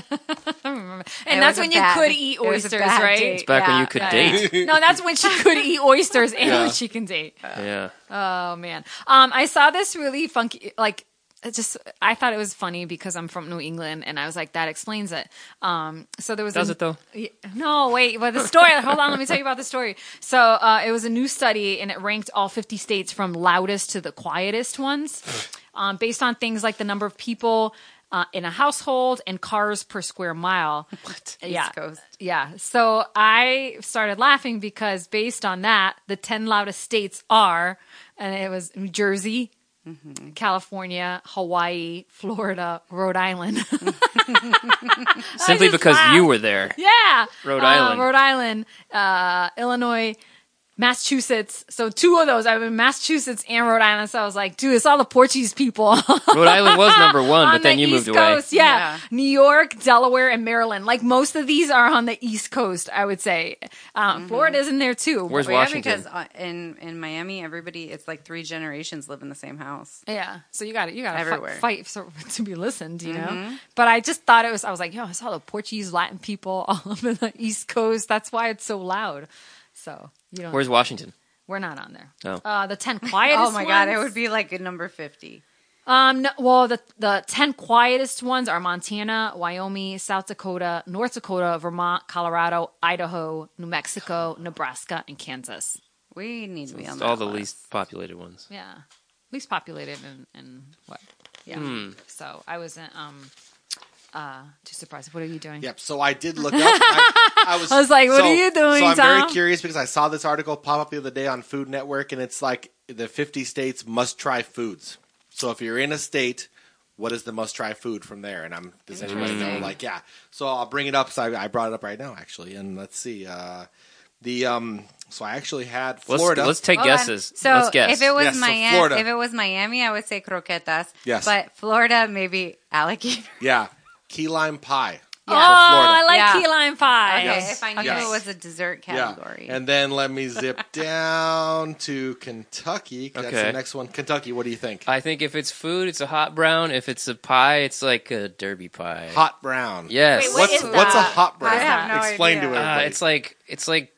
Speaker 1: And
Speaker 2: It
Speaker 1: that's
Speaker 2: was a
Speaker 1: when you
Speaker 2: bad-
Speaker 1: could eat
Speaker 2: <laughs> it was a
Speaker 1: oysters,
Speaker 2: bad
Speaker 1: right?
Speaker 2: date.
Speaker 3: Back when
Speaker 2: Yeah,
Speaker 3: you could
Speaker 1: <laughs> yeah.
Speaker 3: date.
Speaker 1: No, that's when
Speaker 2: <laughs>
Speaker 1: she could eat oysters and <laughs> she can date.
Speaker 3: yeah.
Speaker 1: Oh man. Um, I saw this really funky, like, it just I thought it was funny because I'm from New England, and I was like, that explains it. Um, so there was
Speaker 3: Does
Speaker 1: a-
Speaker 3: it though?
Speaker 1: Yeah, No, wait, but the story, hold on, let me tell you about the story. So, uh, it was a new study and it ranked all 50 states from loudest to the quietest ones, um, based on things like the number of people, uh, in a household and cars per square mile. What? Yeah.
Speaker 2: Coast.
Speaker 1: Yeah. So I started laughing because based on that, the 10 loudest states are, and it was New Jersey, California, Hawaii, Florida, Rhode Island. <laughs>
Speaker 3: Simply
Speaker 1: just
Speaker 3: because you
Speaker 1: laughed.
Speaker 3: were there.
Speaker 1: Yeah.
Speaker 3: Rhode
Speaker 1: Uh,
Speaker 3: Island.
Speaker 1: Rhode Island, uh, Illinois, Massachusetts. So two of those. I'm in Massachusetts and Rhode Island. So I was like, dude, it's all the Portuguese people. <laughs>
Speaker 3: Rhode Island was number one,
Speaker 1: on
Speaker 3: but then
Speaker 1: the
Speaker 3: you
Speaker 1: East
Speaker 3: moved away.
Speaker 1: Coast, Yeah.
Speaker 2: Yeah.
Speaker 1: New York, Delaware, and Maryland. Like most of these are on the East Coast, I would say. Um,
Speaker 2: Mm-hmm.
Speaker 1: Florida's in there too.
Speaker 3: Where's
Speaker 2: Well,
Speaker 3: Washington?
Speaker 2: Yeah, because uh, in in Miami, everybody it's like three generations live in the same house.
Speaker 1: Yeah, so you got to You got to
Speaker 2: Everywhere. Mm-hmm.
Speaker 1: fight so, <laughs> to be listened, you know. But I just thought it was. I was like, yo, I saw the Portuguese, Latin people <laughs> all up in the East Coast. That's why it's so loud. So you don't.
Speaker 3: Where's Oh. Washington?
Speaker 1: We're not on there.
Speaker 3: No.
Speaker 1: Uh, the ten quietest.
Speaker 2: <laughs> Oh my god, it
Speaker 1: ones-
Speaker 2: would be like a number fifty.
Speaker 1: Um, no, well, the the ten quietest ones are Montana, Wyoming, South Dakota, North Dakota, Vermont, Colorado, Idaho, New Mexico, Nebraska, and Kansas.
Speaker 2: We need to be on
Speaker 3: It's
Speaker 2: that
Speaker 3: all the
Speaker 2: list.
Speaker 3: least populated ones.
Speaker 1: Yeah, least populated and and what? Yeah.
Speaker 2: Hmm.
Speaker 1: So I wasn't um uh too surprised. What are you doing?
Speaker 4: Yep. So I did look up. I,
Speaker 1: <laughs>
Speaker 4: was,
Speaker 1: I was like, what
Speaker 4: so-
Speaker 1: are you doing,
Speaker 4: So I'm
Speaker 1: Tom?
Speaker 4: very curious because I saw this article pop up the other day on Food Network, and it's like the 50 states must try foods. So if you're in a state, what is the must try food from there? And I'm does anybody know?
Speaker 2: Interesting.
Speaker 4: Like, yeah. So I'll bring it up. So I, I brought it up right now, actually, and let's see. Uh, the um. So I actually had
Speaker 3: Let's,
Speaker 4: Florida.
Speaker 3: let's take
Speaker 2: Hold on.
Speaker 3: guesses.
Speaker 2: So
Speaker 3: let's guess.
Speaker 2: if it was
Speaker 4: Yes, so
Speaker 2: Miami,
Speaker 4: Florida.
Speaker 2: if it was Miami, I would say croquetas.
Speaker 4: Yes.
Speaker 2: but Florida maybe alligator.
Speaker 4: yeah, key lime pie.
Speaker 1: Oh,
Speaker 4: For Florida.
Speaker 1: I like
Speaker 2: Yeah.
Speaker 1: key lime pie.
Speaker 2: Okay,
Speaker 4: Yes.
Speaker 2: if I knew
Speaker 4: Yes.
Speaker 2: it was a dessert category.
Speaker 4: Yeah. And then let me
Speaker 1: <laughs>
Speaker 4: zip down to Kentucky. 'cause That's
Speaker 3: Okay. Uh,
Speaker 4: the next one. Kentucky, what do you think?
Speaker 3: I think if it's food, it's a hot brown. If it's a pie, it's like a derby pie.
Speaker 4: hot brown.
Speaker 3: Yes.
Speaker 1: Wait,
Speaker 4: What's,
Speaker 1: is
Speaker 4: what's a
Speaker 1: that?
Speaker 4: hot brown?
Speaker 2: I have no
Speaker 4: Explain
Speaker 2: idea.
Speaker 4: to
Speaker 3: Uh,
Speaker 4: everybody.
Speaker 3: it's like it's like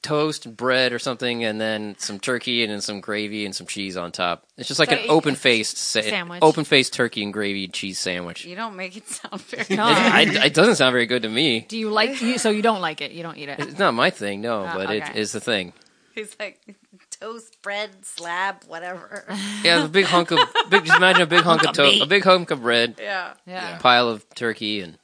Speaker 3: toast and bread or something, and then some turkey and then some gravy and some cheese on top. It's just like
Speaker 1: So
Speaker 3: an
Speaker 1: you-
Speaker 3: open faced sa-
Speaker 1: Sandwich.
Speaker 3: open faced turkey and gravy cheese sandwich.
Speaker 2: you don't make it <laughs> sound very.
Speaker 1: No.
Speaker 3: I- I- it doesn't sound very good to me.
Speaker 1: Do you like you, so you don't like it? You don't eat it.
Speaker 3: It's not my thing, no,
Speaker 1: Ah,
Speaker 3: but it
Speaker 1: okay.
Speaker 3: is the thing.
Speaker 2: He's like toast, bread, slab,
Speaker 1: <laughs>
Speaker 2: whatever.
Speaker 3: Yeah, the big hunk of big. Just imagine a big hunk of toast,
Speaker 1: meat.
Speaker 3: a big hunk of bread,
Speaker 2: yeah.
Speaker 1: Yeah.
Speaker 3: pile of turkey and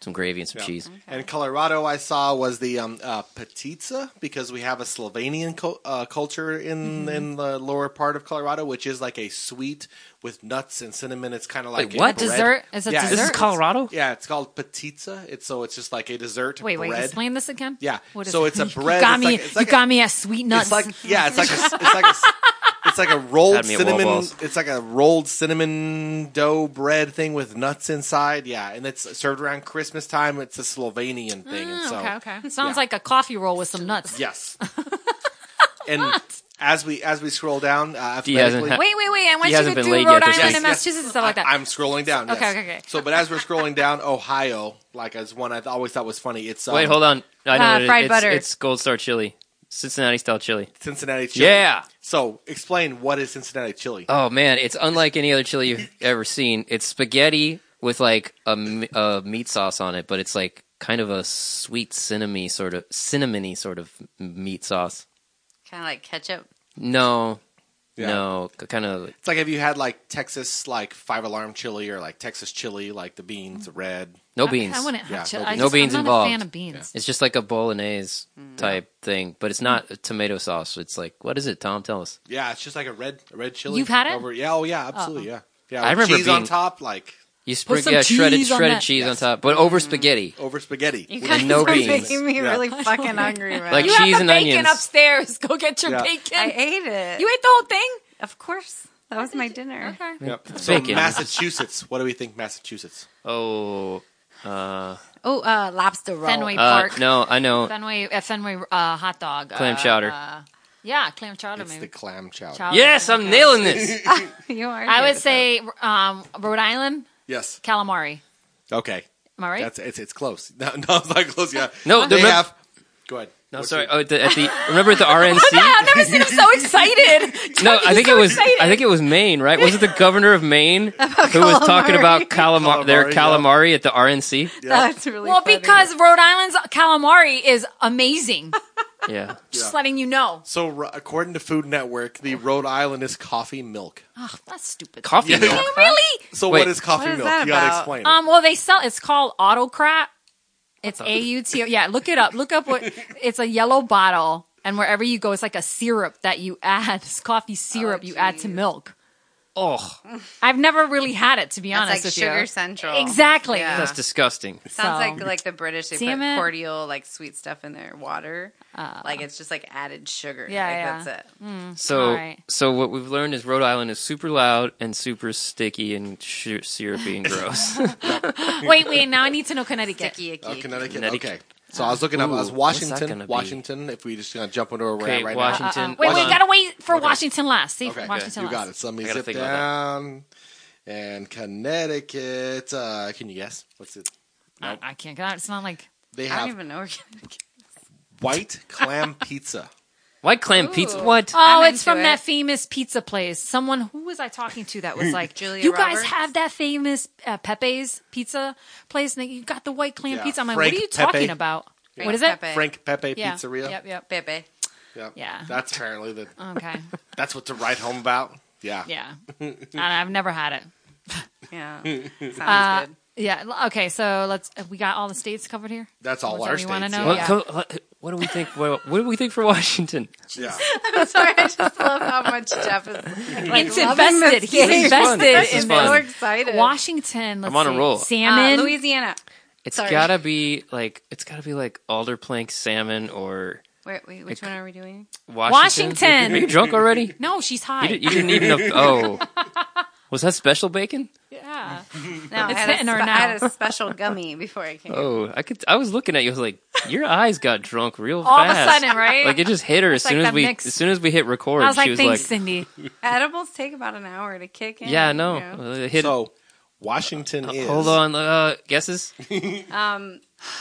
Speaker 3: some gravy and some cheese.
Speaker 4: and Colorado, I saw was the um, uh, petitza because we have a Slovenian cul uh, culture in
Speaker 1: Mm-hmm.
Speaker 4: in the lower part of Colorado, which is like a sweet with nuts and cinnamon. It's kind of like
Speaker 3: Wait,
Speaker 4: a
Speaker 3: what?
Speaker 4: bread.
Speaker 1: Dessert? Is it
Speaker 4: Yeah,
Speaker 1: dessert?
Speaker 4: it's-
Speaker 3: This is Colorado.
Speaker 4: Yeah, it's called petitza. It's so it's just like a dessert
Speaker 1: Wait, wait.
Speaker 4: bread.
Speaker 1: Explain this again.
Speaker 4: Yeah.
Speaker 1: What is
Speaker 4: So
Speaker 1: it?
Speaker 4: it's a
Speaker 1: You
Speaker 4: bread.
Speaker 1: got
Speaker 4: It's
Speaker 1: me.
Speaker 4: like- it's like
Speaker 1: you
Speaker 4: a-
Speaker 1: got me at sweet nuts. <laughs>
Speaker 4: It's like yeah, it's like a, it's like a, It's like a rolled
Speaker 3: Had me at Wall
Speaker 4: cinnamon.
Speaker 3: Balls.
Speaker 4: It's like a rolled cinnamon dough bread thing with nuts inside. Yeah, and it's served around Christmas time. It's a Slovenian thing, and so
Speaker 1: Mm, okay, okay. Sounds
Speaker 4: yeah.
Speaker 1: like a coffee roll with some nuts. <laughs>
Speaker 4: yes. and as we as we scroll down, uh,
Speaker 3: He hasn't
Speaker 4: alphabetically,
Speaker 3: had-
Speaker 1: Wait, wait, wait. I want
Speaker 3: He
Speaker 1: you
Speaker 3: hasn't
Speaker 1: to
Speaker 3: been
Speaker 1: do
Speaker 3: late
Speaker 1: Rhode
Speaker 3: yet
Speaker 1: Island
Speaker 3: this week.
Speaker 1: and Massachusetts and stuff like that.
Speaker 4: I, am scrolling down.
Speaker 1: Okay,
Speaker 4: yes.
Speaker 1: okay, okay.
Speaker 4: So, but as we're scrolling down, Ohio, like as one I th- always thought was funny, it's um,
Speaker 3: Wait, hold on. I know
Speaker 2: Uh,
Speaker 3: what it is.
Speaker 2: fried
Speaker 3: It's-
Speaker 2: butter.
Speaker 3: It's Gold Star chili, Cincinnati style chili.
Speaker 4: Cincinnati chili.
Speaker 3: Yeah.
Speaker 4: So, explain what is Cincinnati chili?
Speaker 3: Oh man, it's unlike any other chili you've ever seen. It's spaghetti with like a, m- a meat sauce on it, but it's like kind of a sweet cinnamony sort of cinnamony sort of meat sauce.
Speaker 2: Kind of like ketchup.
Speaker 3: No,
Speaker 4: Yeah.
Speaker 3: no, kind of
Speaker 4: It's like have you had like Texas like five alarm chili or like Texas chili, like the beans, red.
Speaker 3: no
Speaker 1: I-
Speaker 3: beans.
Speaker 1: I, wouldn't have
Speaker 4: Yeah,
Speaker 1: chi-
Speaker 4: no
Speaker 1: I
Speaker 4: beans.
Speaker 3: No
Speaker 1: just-
Speaker 3: beans
Speaker 1: I'm not
Speaker 3: involved.
Speaker 1: a fan of beans.
Speaker 3: It's just like a bolognese
Speaker 1: Mm.
Speaker 3: type thing, but it's not a tomato sauce. It's like what is it, Tom? Tell us.
Speaker 4: Yeah, it's just like a red a red chili.
Speaker 1: You've had it?
Speaker 4: Over, yeah, oh yeah, absolutely, yeah. Yeah,
Speaker 3: I
Speaker 4: with
Speaker 3: remember
Speaker 4: cheese on
Speaker 3: being-
Speaker 4: top, like
Speaker 3: You spring,
Speaker 1: some
Speaker 3: yeah, shredded
Speaker 1: cheese on
Speaker 3: shredded
Speaker 1: that. Mm-hmm.
Speaker 3: cheese on
Speaker 4: Yes.
Speaker 3: top, but over spaghetti.
Speaker 4: over spaghetti.
Speaker 2: You
Speaker 4: With-
Speaker 2: guys <laughs>
Speaker 3: no
Speaker 2: are
Speaker 3: beans.
Speaker 2: making me
Speaker 4: Yeah.
Speaker 1: <laughs>
Speaker 2: really fucking hungry. Right?
Speaker 3: Like
Speaker 1: You
Speaker 3: cheese
Speaker 1: have the
Speaker 3: and
Speaker 1: bacon
Speaker 3: onions.
Speaker 1: upstairs. <laughs> Go get your
Speaker 4: Yeah.
Speaker 1: bacon.
Speaker 2: I ate it.
Speaker 1: you ate the whole thing.
Speaker 2: of course, that was my dinner.
Speaker 1: Okay.
Speaker 4: Yep. So
Speaker 3: Bacon.
Speaker 4: Massachusetts, what do we think Massachusetts?
Speaker 3: Oh, uh,
Speaker 2: Oh, uh, lobster roll.
Speaker 1: Fenway
Speaker 3: uh,
Speaker 1: Park.
Speaker 3: no, I know.
Speaker 1: Fenway, uh, Fenway uh, hot dog.
Speaker 3: Clam
Speaker 1: uh,
Speaker 3: chowder.
Speaker 1: uh, yeah, clam chowder.
Speaker 4: It's
Speaker 1: maybe.
Speaker 4: the clam chowder.
Speaker 1: Chowder.
Speaker 3: Yes, I'm nailing this.
Speaker 2: <laughs> you are.
Speaker 1: I
Speaker 2: good.
Speaker 1: would say um, Rhode Island
Speaker 4: Yes.
Speaker 1: calamari.
Speaker 4: Okay.
Speaker 1: Am I right?
Speaker 4: That's it's it's close. <laughs> No, no, it's not close. Yeah.
Speaker 3: No,
Speaker 4: they
Speaker 3: the-
Speaker 4: have. Go ahead.
Speaker 3: No,
Speaker 4: What's
Speaker 3: sorry.
Speaker 4: your-
Speaker 3: Oh, at the, at the remember at the
Speaker 1: I've
Speaker 3: RNC?
Speaker 1: never seen him so excited.
Speaker 3: <laughs>
Speaker 1: <laughs>
Speaker 3: No, I think it was.
Speaker 1: excited.
Speaker 3: I think it was Maine, right? Was it the governor of Maine who was talking about calamari, their
Speaker 4: Calamari, yeah.
Speaker 3: calamari at the RNC?
Speaker 2: <laughs> that's really
Speaker 1: Well,
Speaker 2: funny.
Speaker 1: because Rhode Island's calamari is
Speaker 3: <laughs>
Speaker 1: amazing.
Speaker 3: Yeah.
Speaker 1: Just letting you know.
Speaker 4: So ro- according to Food Network, the Rhode Island is coffee milk.
Speaker 1: Oh, that's stupid.
Speaker 3: Coffee
Speaker 4: Yeah.
Speaker 1: Are
Speaker 3: milk.
Speaker 1: you really?
Speaker 4: So
Speaker 3: Wait.
Speaker 4: what is coffee
Speaker 2: What is
Speaker 4: milk?
Speaker 2: that
Speaker 4: you gotta
Speaker 2: about?
Speaker 4: explain. it.
Speaker 1: Um, well, they sell. It's called Autocrat. It's A U T O. Yeah, look it up. Look up
Speaker 4: <laughs>
Speaker 1: what. It's a yellow bottle, and wherever you go, it's like a syrup that you add. <laughs> It's
Speaker 4: Oh,
Speaker 1: coffee syrup you add to
Speaker 2: geez.
Speaker 1: milk.
Speaker 3: Oh,
Speaker 1: I've never really had it to be
Speaker 2: That's
Speaker 1: honest
Speaker 2: like
Speaker 1: with
Speaker 2: Sugar
Speaker 1: you.
Speaker 2: Central.
Speaker 4: Oh,
Speaker 1: Exactly.
Speaker 2: Yeah.
Speaker 3: that's disgusting.
Speaker 2: Sounds
Speaker 1: So-
Speaker 2: like like the British. They
Speaker 1: Damn
Speaker 2: put
Speaker 1: it.
Speaker 2: cordial, like sweet stuff in their water. like it's just like added sugar.
Speaker 1: Uh. Yeah,
Speaker 2: like,
Speaker 1: yeah. Mm.
Speaker 2: That's it.
Speaker 3: So,
Speaker 1: All right.
Speaker 3: so what we've learned is Rhode Island is super loud and super sticky and sh- syrupy and gross. <laughs>
Speaker 1: Wait, wait. Now I need to know Connecticut.
Speaker 2: Sticky, icky,
Speaker 4: Oh,
Speaker 2: icky.
Speaker 4: Connecticut.
Speaker 3: Connecticut.
Speaker 4: Okay. So I was looking up. I was
Speaker 3: Ooh, what's that gonna be?
Speaker 4: Washington. Washington. If we just gonna jump into where we're
Speaker 3: Okay,
Speaker 4: at right
Speaker 1: Uh, uh,
Speaker 3: Washington.
Speaker 1: wait, wait.
Speaker 3: Hold on.
Speaker 1: Gotta wait for
Speaker 4: Okay.
Speaker 1: Washington last. See,
Speaker 4: now. Okay.
Speaker 1: Washington
Speaker 4: You
Speaker 1: last.
Speaker 4: got it. So let me
Speaker 3: I gotta
Speaker 4: zip
Speaker 3: think about that.
Speaker 4: down. And Connecticut. Uh, can you guess? What's it?
Speaker 1: I, I can't. God, It's not like.
Speaker 4: They
Speaker 2: I
Speaker 4: have
Speaker 2: don't even <laughs> know. where Connecticut-
Speaker 4: white clam pizza.
Speaker 3: White clam pizza.
Speaker 2: Ooh.
Speaker 3: What?
Speaker 1: Oh,
Speaker 2: I'm
Speaker 1: it's
Speaker 2: into
Speaker 1: from
Speaker 2: it.
Speaker 1: that famous pizza place. Someone who was I talking to that was
Speaker 4: <laughs>
Speaker 1: like,
Speaker 2: Julia
Speaker 1: "You guys
Speaker 2: Roberts?
Speaker 1: have that famous uh, Pepe's pizza place, and you got the white clam
Speaker 4: Yeah,
Speaker 1: pizza." I'm like,
Speaker 4: Frank
Speaker 1: "What are you
Speaker 4: Pepe.
Speaker 1: talking about?
Speaker 2: Frank
Speaker 1: what is it?"
Speaker 2: Pepe.
Speaker 4: Frank Pepe
Speaker 1: Yeah.
Speaker 4: Pizzeria.
Speaker 1: Yep, yep.
Speaker 2: Pepe.
Speaker 4: Yep.
Speaker 1: Yeah.
Speaker 4: That's apparently the.
Speaker 1: Okay.
Speaker 4: That's what to write home about. Yeah.
Speaker 1: Yeah. and I've never had it.
Speaker 2: <laughs> Yeah, sounds
Speaker 1: Uh,
Speaker 2: good.
Speaker 1: yeah. l- Okay. So let's. uh, We got all the states covered here.
Speaker 4: That's all
Speaker 1: What's
Speaker 4: our
Speaker 1: that we wanna
Speaker 4: states.
Speaker 1: know?
Speaker 3: What,
Speaker 1: yeah.
Speaker 3: co- what, what do we think? What, what do we think for Washington?
Speaker 4: Yeah.
Speaker 2: I'm <laughs> sorry. I just love how much Jeff is. Like,
Speaker 1: It's
Speaker 2: loving this
Speaker 1: invested. He's
Speaker 2: game.
Speaker 1: invested
Speaker 3: This is
Speaker 1: in
Speaker 3: fun.
Speaker 2: So
Speaker 1: this.
Speaker 2: excited.
Speaker 1: Washington. Let's
Speaker 3: I'm on a
Speaker 1: see,
Speaker 3: roll.
Speaker 1: Salmon.
Speaker 2: Uh, Louisiana.
Speaker 3: It's
Speaker 2: Sorry.
Speaker 3: gotta be like it's gotta be like alder plank salmon or
Speaker 2: Wait, wait, which one are we doing?
Speaker 3: Washington.
Speaker 1: Washington.
Speaker 3: Are you drunk already?
Speaker 1: no, she's high.
Speaker 3: You, did, you didn't eat
Speaker 4: <laughs>
Speaker 3: enough. Oh, was that special bacon?
Speaker 1: yeah.
Speaker 2: No,
Speaker 1: It's
Speaker 2: I, had a
Speaker 1: hitting her
Speaker 2: spe- I had
Speaker 1: now.
Speaker 2: a special gummy before I came.
Speaker 3: Oh, I could. I was looking at you. I was like, your eyes got drunk real
Speaker 1: All of a
Speaker 3: fast.
Speaker 1: sudden, right?
Speaker 3: Like it just hit her as
Speaker 1: It's like
Speaker 3: soon as
Speaker 1: that
Speaker 3: we
Speaker 1: mix.
Speaker 3: as soon as we hit record.
Speaker 1: I was
Speaker 3: she
Speaker 1: like,
Speaker 3: was
Speaker 1: "Thanks,
Speaker 3: like,
Speaker 1: Cindy."
Speaker 2: Edibles take about an hour to kick in.
Speaker 3: yeah, no.
Speaker 2: you know?
Speaker 3: Uh, hit,
Speaker 4: So Washington is.
Speaker 3: hold on. Uh, guesses.
Speaker 2: Um,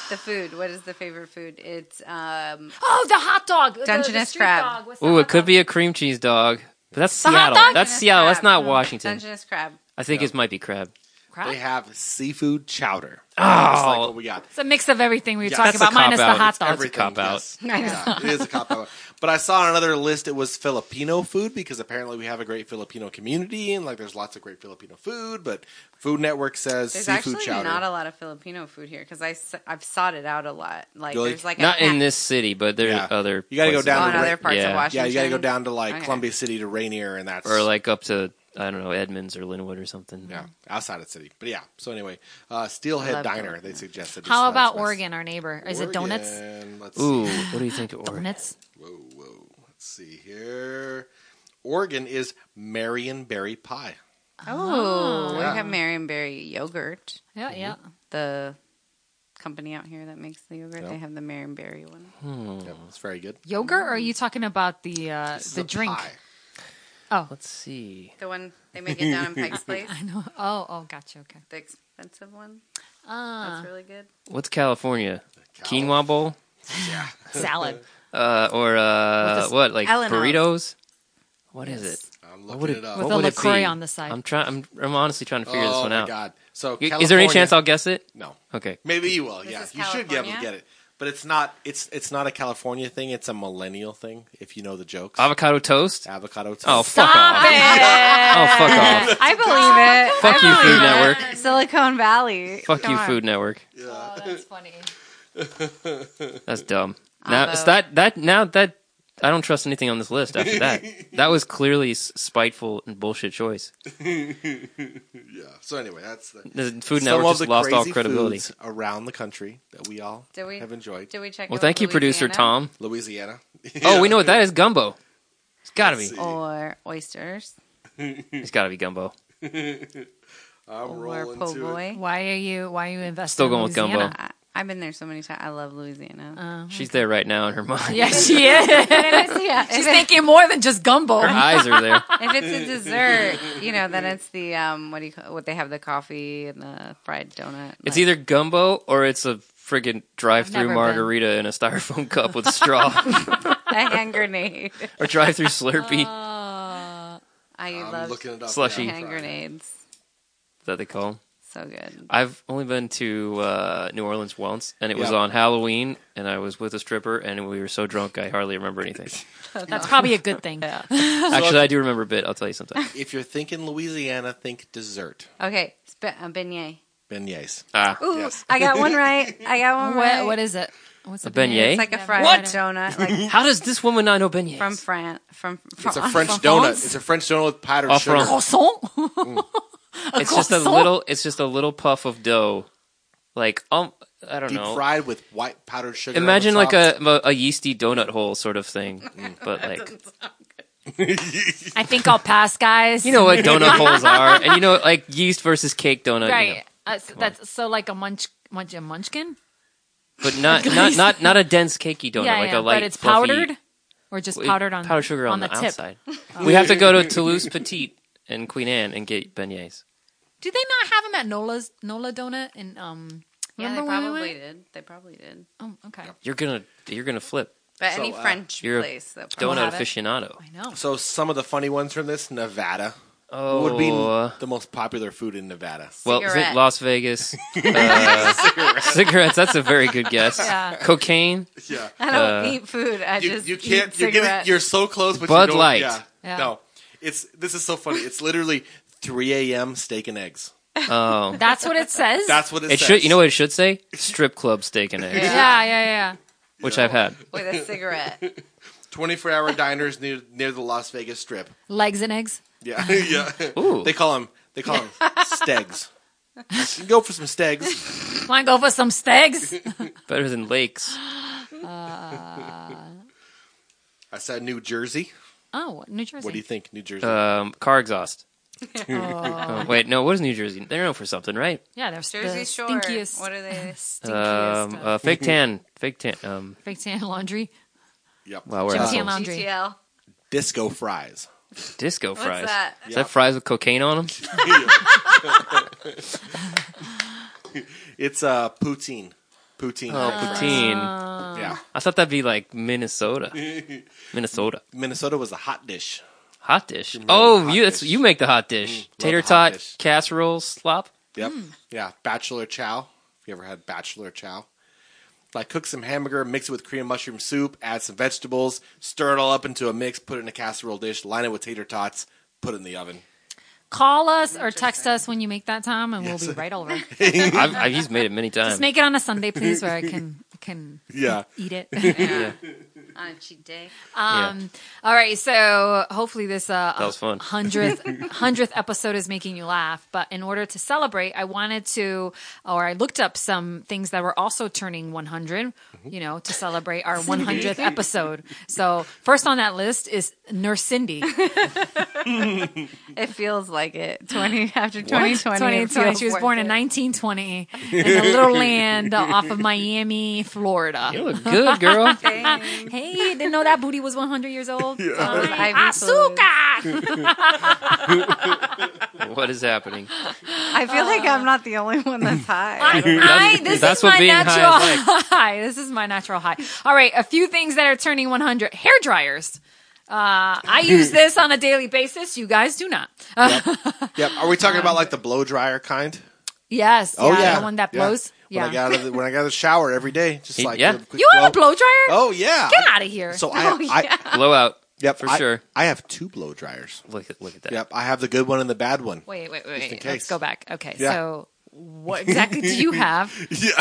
Speaker 2: the food. What is the favorite food? It's um,
Speaker 1: Oh, the hot dog. the- the
Speaker 2: Dungeness
Speaker 1: street
Speaker 2: crab.
Speaker 1: dog. What's the
Speaker 3: Ooh,
Speaker 1: hot
Speaker 3: it could
Speaker 1: dog?
Speaker 3: be a cream cheese dog. But that's
Speaker 1: The hot
Speaker 3: Seattle.
Speaker 1: dog? Oh,
Speaker 3: That's
Speaker 2: Dungeness
Speaker 3: Seattle. That's
Speaker 2: crab.
Speaker 3: not Washington.
Speaker 2: Dungeness crab.
Speaker 3: I think it might be crab.
Speaker 1: Crab?
Speaker 4: They have seafood chowder. Oh, like
Speaker 3: Oh,
Speaker 4: what we got.
Speaker 1: It's a mix of everything we were
Speaker 4: Yeah,
Speaker 1: talking
Speaker 3: that's a
Speaker 1: about, minus the
Speaker 3: cop-out.
Speaker 1: hot
Speaker 3: It's
Speaker 1: dogs.
Speaker 3: every-
Speaker 4: Everything,
Speaker 3: cop-out.
Speaker 4: yes. Yeah, <laughs> it is a cop out. But I saw on another list it was Filipino food because apparently we have a great Filipino community and like there's lots of great Filipino food. But Food Network says
Speaker 2: There's
Speaker 4: seafood
Speaker 2: actually
Speaker 4: chowder.
Speaker 2: not a lot of Filipino food here because I have sought it out a lot. Like
Speaker 4: Really?
Speaker 2: there's like
Speaker 3: not
Speaker 2: a
Speaker 3: in this city, but there
Speaker 4: Yeah.
Speaker 3: are other.
Speaker 4: You gotta go
Speaker 3: places.
Speaker 2: oh,
Speaker 4: down
Speaker 2: in
Speaker 4: to
Speaker 2: other
Speaker 4: Ra-
Speaker 2: parts
Speaker 3: yeah.
Speaker 2: of Washington.
Speaker 4: yeah, you got to go down to like
Speaker 2: Okay.
Speaker 4: Columbia City to Rainier, and that's
Speaker 3: or like up to I don't know Edmonds or Linwood or something.
Speaker 4: yeah, outside of the city. But yeah, so anyway, uh, Steelhead
Speaker 2: Love
Speaker 4: Diner
Speaker 2: Oregon.
Speaker 4: they suggested.
Speaker 1: How
Speaker 4: is-
Speaker 1: about
Speaker 4: that's-
Speaker 1: Oregon, our neighbor? Is it donuts?
Speaker 4: Oregon, Let's
Speaker 3: Ooh,
Speaker 4: see.
Speaker 3: what do you think? Or
Speaker 1: Donuts.
Speaker 4: Whoa, whoa. Let's see here. Oregon is Marion Berry Pie.
Speaker 2: Oh,
Speaker 4: Yeah.
Speaker 2: we have Marionberry yogurt.
Speaker 1: Yeah, yeah.
Speaker 2: The company out here that makes the yogurt,
Speaker 4: Yeah.
Speaker 2: they have the Marionberry one.
Speaker 3: Oh.
Speaker 4: Yeah, it's very good.
Speaker 1: Yogurt? Or are you talking about the uh,
Speaker 4: This is
Speaker 1: the
Speaker 4: a
Speaker 1: drink?
Speaker 4: pie.
Speaker 1: Oh, <laughs>
Speaker 3: Let's see.
Speaker 2: The one they make it down in
Speaker 3: <laughs>
Speaker 2: Pike's Place.
Speaker 1: I know. Oh, oh, gotcha. <laughs> Okay.
Speaker 2: The expensive one.
Speaker 1: Ah,
Speaker 2: That's really good.
Speaker 3: What's California?
Speaker 4: Cal-
Speaker 3: Quinoa bowl?
Speaker 1: salad.
Speaker 3: Uh, or uh,
Speaker 2: With a-
Speaker 3: what? Like
Speaker 2: Eleanor.
Speaker 3: burritos? What is
Speaker 2: Yes.
Speaker 3: it?
Speaker 4: I'm
Speaker 3: What
Speaker 4: looking
Speaker 3: would
Speaker 4: it
Speaker 3: it,
Speaker 4: up.
Speaker 1: With
Speaker 3: what
Speaker 1: a
Speaker 3: would it
Speaker 1: LaCroix
Speaker 3: be?
Speaker 1: on the side.
Speaker 3: I'm trying. I'm, I'm honestly trying to figure this
Speaker 4: oh
Speaker 3: one
Speaker 4: my
Speaker 3: out.
Speaker 4: god! So
Speaker 3: Y- Is there any
Speaker 4: California-
Speaker 3: chance I'll guess it?
Speaker 4: No.
Speaker 3: Okay.
Speaker 4: Maybe you will.
Speaker 2: This
Speaker 4: Yeah,
Speaker 2: is
Speaker 4: you should be able to
Speaker 2: California?
Speaker 4: get it. But it's not. It's it's not a California thing. It's a millennial thing. If you know the jokes,
Speaker 3: Avocado toast.
Speaker 4: avocado. Toast.
Speaker 3: Oh fuck off! <laughs> Oh fuck off!
Speaker 2: I believe it.
Speaker 3: Fuck you, Food Network.
Speaker 2: Silicon Valley.
Speaker 3: Fuck
Speaker 2: Come
Speaker 3: you,
Speaker 2: on.
Speaker 3: Food Network.
Speaker 1: Oh, that's funny.
Speaker 3: That's dumb. Now
Speaker 2: Although-
Speaker 3: it's that that now that I don't trust anything on this list. After
Speaker 4: <laughs>
Speaker 3: that, that was clearly s- spiteful and bullshit choice.
Speaker 4: yeah. So anyway, that's the,
Speaker 3: The Food
Speaker 4: some
Speaker 3: Network
Speaker 4: of
Speaker 3: just
Speaker 4: the
Speaker 3: lost all
Speaker 4: crazy
Speaker 3: credibility.
Speaker 4: foods around the country that we all
Speaker 2: Did we-
Speaker 4: have enjoyed.
Speaker 2: Did we check?
Speaker 3: Well,
Speaker 2: out
Speaker 3: thank you, producer
Speaker 2: Louisiana?
Speaker 3: Tom.
Speaker 4: Louisiana.
Speaker 3: Oh, we know what that is. Gumbo. It's gotta be.
Speaker 4: Let's see.
Speaker 2: Or oysters.
Speaker 3: It's gotta be gumbo.
Speaker 4: I'm
Speaker 2: Or
Speaker 4: rolling
Speaker 2: po'
Speaker 4: to it.
Speaker 2: boy.
Speaker 1: Why are you? Why are you investing?
Speaker 3: Still
Speaker 1: in
Speaker 3: going with gumbo.
Speaker 1: Louisiana? <laughs>
Speaker 2: I, I've been there so many times. I love Louisiana.
Speaker 3: She's there right now in her
Speaker 1: <laughs>
Speaker 3: mind.
Speaker 1: Yeah, she is.
Speaker 2: <laughs> yeah,
Speaker 1: She's thinking more than just gumbo.
Speaker 3: Her eyes are there.
Speaker 2: if it's
Speaker 4: <laughs>
Speaker 2: a dessert, you know, then it's the um, what do you call what they have the coffee and the fried donut.
Speaker 3: It's
Speaker 2: Like,
Speaker 3: either gumbo or it's a friggin'
Speaker 1: I've
Speaker 3: drive-through
Speaker 1: never
Speaker 3: margarita in a styrofoam <laughs> cup with
Speaker 1: <laughs>
Speaker 3: a
Speaker 2: <laughs>
Speaker 3: straw
Speaker 2: a hand
Speaker 4: <laughs>
Speaker 2: grenade.
Speaker 3: or drive-through Slurpee
Speaker 1: Uh.
Speaker 2: I
Speaker 4: I'm
Speaker 2: love
Speaker 4: looking it up.
Speaker 3: Slushy.
Speaker 4: yeah, I'm
Speaker 2: hand
Speaker 4: sorry.
Speaker 2: grenades.
Speaker 3: that they call. 'em.
Speaker 2: So good.
Speaker 3: I've only been to uh, New Orleans once, and it was
Speaker 4: Yeah.
Speaker 3: on Halloween, and I was with a stripper, and we were so drunk I hardly remember
Speaker 4: <laughs>
Speaker 3: anything.
Speaker 1: <laughs> That's probably a good <laughs> thing.
Speaker 3: Actually, I do remember a bit. I'll tell
Speaker 1: <laughs>
Speaker 3: you sometime.
Speaker 4: If you're thinking Louisiana, think dessert.
Speaker 2: Okay, sp- uh, beignet.
Speaker 4: Beignets.
Speaker 3: Ah,
Speaker 2: Ooh,
Speaker 4: Yes.
Speaker 2: I got one right. I got one right.
Speaker 1: What, what is it? What's
Speaker 3: A beignet?
Speaker 2: It's like a
Speaker 1: Never
Speaker 2: fried
Speaker 1: had it.
Speaker 2: donut,
Speaker 4: <laughs>
Speaker 2: like
Speaker 3: how does this woman not know beignets?
Speaker 2: from France. From, <laughs> from
Speaker 4: It's a French donut. It's a French donut with powdered
Speaker 3: Au
Speaker 4: sugar.
Speaker 3: France.
Speaker 1: Croissant? <laughs>
Speaker 3: it's just a
Speaker 1: croissant?
Speaker 3: little. It's just a little puff of dough, like um, I don't
Speaker 4: Deep
Speaker 3: know.
Speaker 4: fried with white powdered sugar. on the
Speaker 3: Imagine like
Speaker 4: top.
Speaker 3: a, a a yeasty donut hole sort
Speaker 1: <laughs>
Speaker 3: of thing, Mm, but like
Speaker 1: I think I'll pass, guys.
Speaker 3: you know what donut holes are, and you know like yeast versus cake donut, you
Speaker 1: right?
Speaker 3: know.
Speaker 1: Uh, so that's so like a munch, munch, a munchkin.
Speaker 3: but
Speaker 1: <laughs>
Speaker 3: not not not not a dense cakey donut,
Speaker 1: yeah,
Speaker 3: like
Speaker 1: yeah.
Speaker 3: a light,
Speaker 1: but it's
Speaker 3: fluffy-
Speaker 1: powdered, or just
Speaker 3: Well,
Speaker 1: powdered on
Speaker 3: powdered sugar on,
Speaker 1: the,
Speaker 3: the,
Speaker 1: tip. <laughs>
Speaker 3: outside. We have to go
Speaker 4: <laughs>
Speaker 3: to Toulouse Petite and Queen Anne and get beignets.
Speaker 1: Do they not have them at Nola's Nola Donut? And um,
Speaker 2: Yeah, they
Speaker 1: remember when we
Speaker 2: probably
Speaker 1: went?
Speaker 2: did. They probably did.
Speaker 1: Oh, okay.
Speaker 3: You're gonna you're gonna flip
Speaker 2: But
Speaker 4: So,
Speaker 2: any
Speaker 4: uh,
Speaker 2: French
Speaker 3: you're a
Speaker 2: place that probably <laughs>
Speaker 3: donut
Speaker 1: have it.
Speaker 3: aficionado.
Speaker 1: I know.
Speaker 4: So some of the funny ones from this Nevada
Speaker 3: Oh,
Speaker 4: would be
Speaker 3: uh,
Speaker 4: the most popular food in Nevada. <laughs>
Speaker 3: well, is it
Speaker 2: Cigarette.
Speaker 3: Las Vegas? <laughs> Uh, cigarettes. That's a very good guess.
Speaker 1: <laughs> Yeah.
Speaker 3: Cocaine.
Speaker 4: Yeah.
Speaker 2: <laughs> I don't
Speaker 3: uh,
Speaker 2: eat food. I
Speaker 4: You,
Speaker 2: just
Speaker 4: you can't.
Speaker 2: Eat
Speaker 4: You're, getting,
Speaker 2: cigarettes.
Speaker 4: you're so close, but
Speaker 3: Bud
Speaker 4: you don't,
Speaker 3: Light.
Speaker 4: Yeah.
Speaker 1: Yeah.
Speaker 4: No, it's this is so funny. It's literally 3 a.m. steak and eggs.
Speaker 3: Oh,
Speaker 1: That's what it says.
Speaker 4: <laughs> That's what it,
Speaker 3: it
Speaker 4: says.
Speaker 3: should. You know
Speaker 4: <laughs>
Speaker 3: what it should say? Strip club steak and eggs,
Speaker 2: Yeah.
Speaker 1: yeah, yeah, yeah.
Speaker 3: which I've had.
Speaker 2: with
Speaker 4: <laughs>
Speaker 2: a cigarette.
Speaker 4: 24 hour diners near near the Las Vegas Strip.
Speaker 1: Legs and eggs.
Speaker 2: <laughs>
Speaker 4: Yeah, <laughs> yeah.
Speaker 3: Ooh.
Speaker 4: They call them. They call them
Speaker 2: <laughs>
Speaker 4: stegs. You can go for some stegs.
Speaker 1: Want to go for some
Speaker 2: <laughs>
Speaker 1: steaks?
Speaker 3: Better than lakes.
Speaker 4: I said New Jersey.
Speaker 1: Oh, New Jersey.
Speaker 4: What do you think, New Jersey?
Speaker 3: Um, car exhaust.
Speaker 1: Oh,
Speaker 3: Oh, wait, no. What is New Jersey? They're known for something, right?
Speaker 1: yeah, they're
Speaker 2: Jersey
Speaker 1: the
Speaker 2: Shore.
Speaker 1: Stinkiest,
Speaker 2: What are they?
Speaker 1: stinkiest
Speaker 3: Um,
Speaker 1: uh,
Speaker 3: uh,
Speaker 4: Mm-hmm.
Speaker 3: fake tan. Fake tan. Um,
Speaker 1: fake tan laundry.
Speaker 4: yep.
Speaker 3: wow, we're
Speaker 1: Jim
Speaker 4: Uh,
Speaker 3: assholes.
Speaker 1: Tan Laundry.
Speaker 2: GTL.
Speaker 4: Disco fries.
Speaker 3: Disco
Speaker 2: What's
Speaker 3: fries.
Speaker 2: that?
Speaker 3: Is that fries with cocaine on them?
Speaker 4: It's uh poutine. Poutine.
Speaker 3: Oh,
Speaker 4: french fries.
Speaker 3: poutine.
Speaker 4: Yeah.
Speaker 3: I thought that'd be like
Speaker 4: <laughs>
Speaker 3: Minnesota. Minnesota.
Speaker 4: Minnesota was a hot dish.
Speaker 3: Hot dish.
Speaker 4: made
Speaker 3: Oh,
Speaker 4: hot
Speaker 3: you that's,
Speaker 4: dish. Mm,
Speaker 3: you make the hot dish. Tater
Speaker 4: love the hot
Speaker 3: tot,
Speaker 4: dish.
Speaker 3: casserole, slop.
Speaker 4: <laughs> Yep.
Speaker 1: Hmm.
Speaker 4: Yeah. Bachelor chow. If you ever had bachelor chow. Like cook some hamburger, mix it with cream mushroom soup, add some vegetables, stir it all up into a mix, put it in a casserole dish, line it with tater tots, put it in the oven.
Speaker 1: Call us or text us when you make that time, and we'll be right
Speaker 4: <laughs>
Speaker 1: over.
Speaker 4: Um,
Speaker 3: I've, I've used made it many times.
Speaker 4: <laughs>
Speaker 1: Just make it on a Sunday, please, where I can can
Speaker 4: Yeah.
Speaker 1: eat it.
Speaker 3: yeah.
Speaker 2: on a cheat day.
Speaker 1: Um, All right, so hopefully this uh,
Speaker 3: That was fun. <laughs>
Speaker 1: hundredth hundredth episode is making you laugh. But in order to celebrate, I wanted to, or I looked up some things that were also turning one
Speaker 3: Mm-hmm.
Speaker 1: You know, to celebrate our one hundredth episode. So first on that list is Nurse
Speaker 3: <laughs>
Speaker 1: Cindy.
Speaker 2: It feels like
Speaker 1: <gasps>
Speaker 2: it. Twenty after twenty twenty.
Speaker 1: 2020. She was born in 1920 in
Speaker 3: <laughs>
Speaker 1: a little land off of Miami, Florida.
Speaker 3: You look
Speaker 2: <laughs>
Speaker 3: good, girl.
Speaker 2: nineteen.
Speaker 1: Hey, didn't know that booty was 100 years old. Yeah.
Speaker 2: Ivy
Speaker 1: Asuka!
Speaker 3: what is happening?
Speaker 2: Ah, I feel like I'm not the only one <laughs> that's high.
Speaker 1: Uh. I, this
Speaker 3: <laughs> that's
Speaker 1: is
Speaker 3: what
Speaker 1: my
Speaker 3: being high
Speaker 1: natural
Speaker 3: is
Speaker 1: <laughs> high, This is my natural high. All right, a few things that are turning 100. Hair dryers. Uh, I use
Speaker 4: <laughs>
Speaker 1: this on a daily basis. You guys do not. Uh,
Speaker 4: Yep. Are we talking about like the blow dryer kind? Oh,
Speaker 1: yes. The one that blows.
Speaker 4: When
Speaker 1: Yeah.
Speaker 4: I got out of the, when I got out of the shower every day, just
Speaker 3: He-
Speaker 4: like
Speaker 3: yeah.
Speaker 4: give quick
Speaker 1: you have a blow dryer?
Speaker 4: Oh yeah.
Speaker 1: Get out of here. <laughs> Oh,
Speaker 4: So I, I
Speaker 3: Blowout.
Speaker 4: yep
Speaker 3: For
Speaker 4: I-
Speaker 3: sure.
Speaker 4: I have two blow dryers.
Speaker 3: Look at look at that.
Speaker 4: Yep. I have the good one and the bad one.
Speaker 1: wait, wait,
Speaker 4: in
Speaker 1: wait.
Speaker 4: case.
Speaker 1: Let's go back. Okay,
Speaker 4: Yeah.
Speaker 1: so
Speaker 4: <laughs>
Speaker 1: what exactly do you have?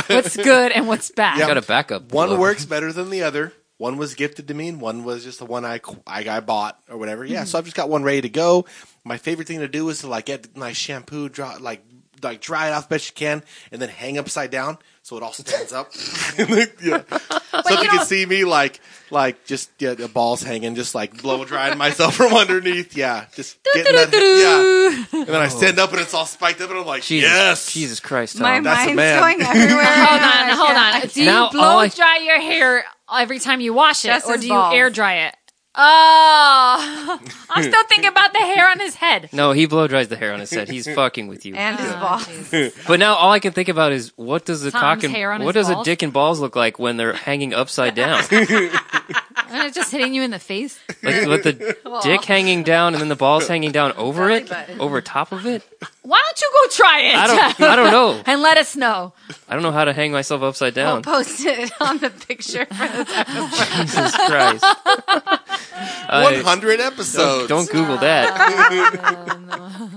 Speaker 1: What's good and what's bad?
Speaker 3: Got a backup.
Speaker 4: One
Speaker 3: blow.
Speaker 4: works better than the other. One was gifted to me, and one was just the one I I, I bought or whatever. Yeah,
Speaker 3: Mm-hmm.
Speaker 4: so I've just got one ready to go. My favorite thing to do is to like get nice shampoo, dry, like like dry it off best you can, and then hang upside down so it all
Speaker 3: <laughs>
Speaker 4: stands up. <laughs> yeah. So if you can see me like like just yeah, the balls hanging, just like blow drying <laughs> myself from underneath. Yeah, just getting that. Yeah, and then I stand up and it's all spiked up, and I'm like,
Speaker 3: Oh. Jesus,
Speaker 4: yes,
Speaker 3: Jesus Christ. Tom.
Speaker 2: My
Speaker 4: That's a
Speaker 2: mind's
Speaker 4: man.
Speaker 1: <laughs>
Speaker 2: going everywhere.
Speaker 1: Hold on, hold on. Do you
Speaker 3: Now all
Speaker 1: blow
Speaker 3: I-
Speaker 1: dry your hair every time you wash it,
Speaker 2: Just
Speaker 1: or
Speaker 2: his
Speaker 1: do
Speaker 2: balls.
Speaker 1: you air dry it? Oh, <laughs> I'm still thinking about the hair on his head.
Speaker 3: Hmm. no, he blow dries the hair on his head. He's fucking with you.
Speaker 2: And
Speaker 1: Oh,
Speaker 2: his balls.
Speaker 3: But now all I can think about is what does the
Speaker 1: Tom's
Speaker 3: cock and
Speaker 1: hair on
Speaker 3: what
Speaker 1: his
Speaker 3: does a
Speaker 1: balls?
Speaker 3: dick and balls look like when they're hanging upside down?
Speaker 1: Isn't it just hitting you in the face?
Speaker 3: like with the dick hanging down and then the balls hanging down over
Speaker 2: Belly
Speaker 3: it,
Speaker 2: button.
Speaker 3: over top of it.
Speaker 1: Why don't you go try it?
Speaker 3: I don't. I don't know.
Speaker 1: and let us know.
Speaker 3: I don't know how to hang myself upside
Speaker 2: We'll
Speaker 3: down.
Speaker 2: post
Speaker 1: <laughs>
Speaker 2: it on the picture for this episode.
Speaker 3: Jesus Christ!
Speaker 4: one
Speaker 3: I,
Speaker 4: hundred episodes.
Speaker 3: don't Google that.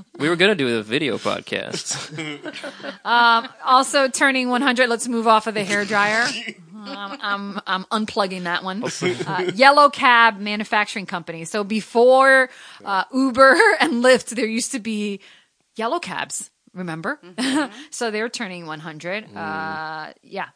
Speaker 3: <laughs> we were gonna do a video
Speaker 4: <laughs>
Speaker 3: podcast.
Speaker 1: Also, turning 100. Let's move off of the hair
Speaker 3: <laughs>
Speaker 1: dryer. Um, I'm, I'm unplugging that one. Uh, Yellow Cab Manufacturing Company. So before uh, Uber <laughs> and Lyft, there used to be yellow cabs. Remember?
Speaker 3: Mm-hmm.
Speaker 1: <laughs> so they're turning
Speaker 3: Mm.
Speaker 1: 100. Uh, yeah.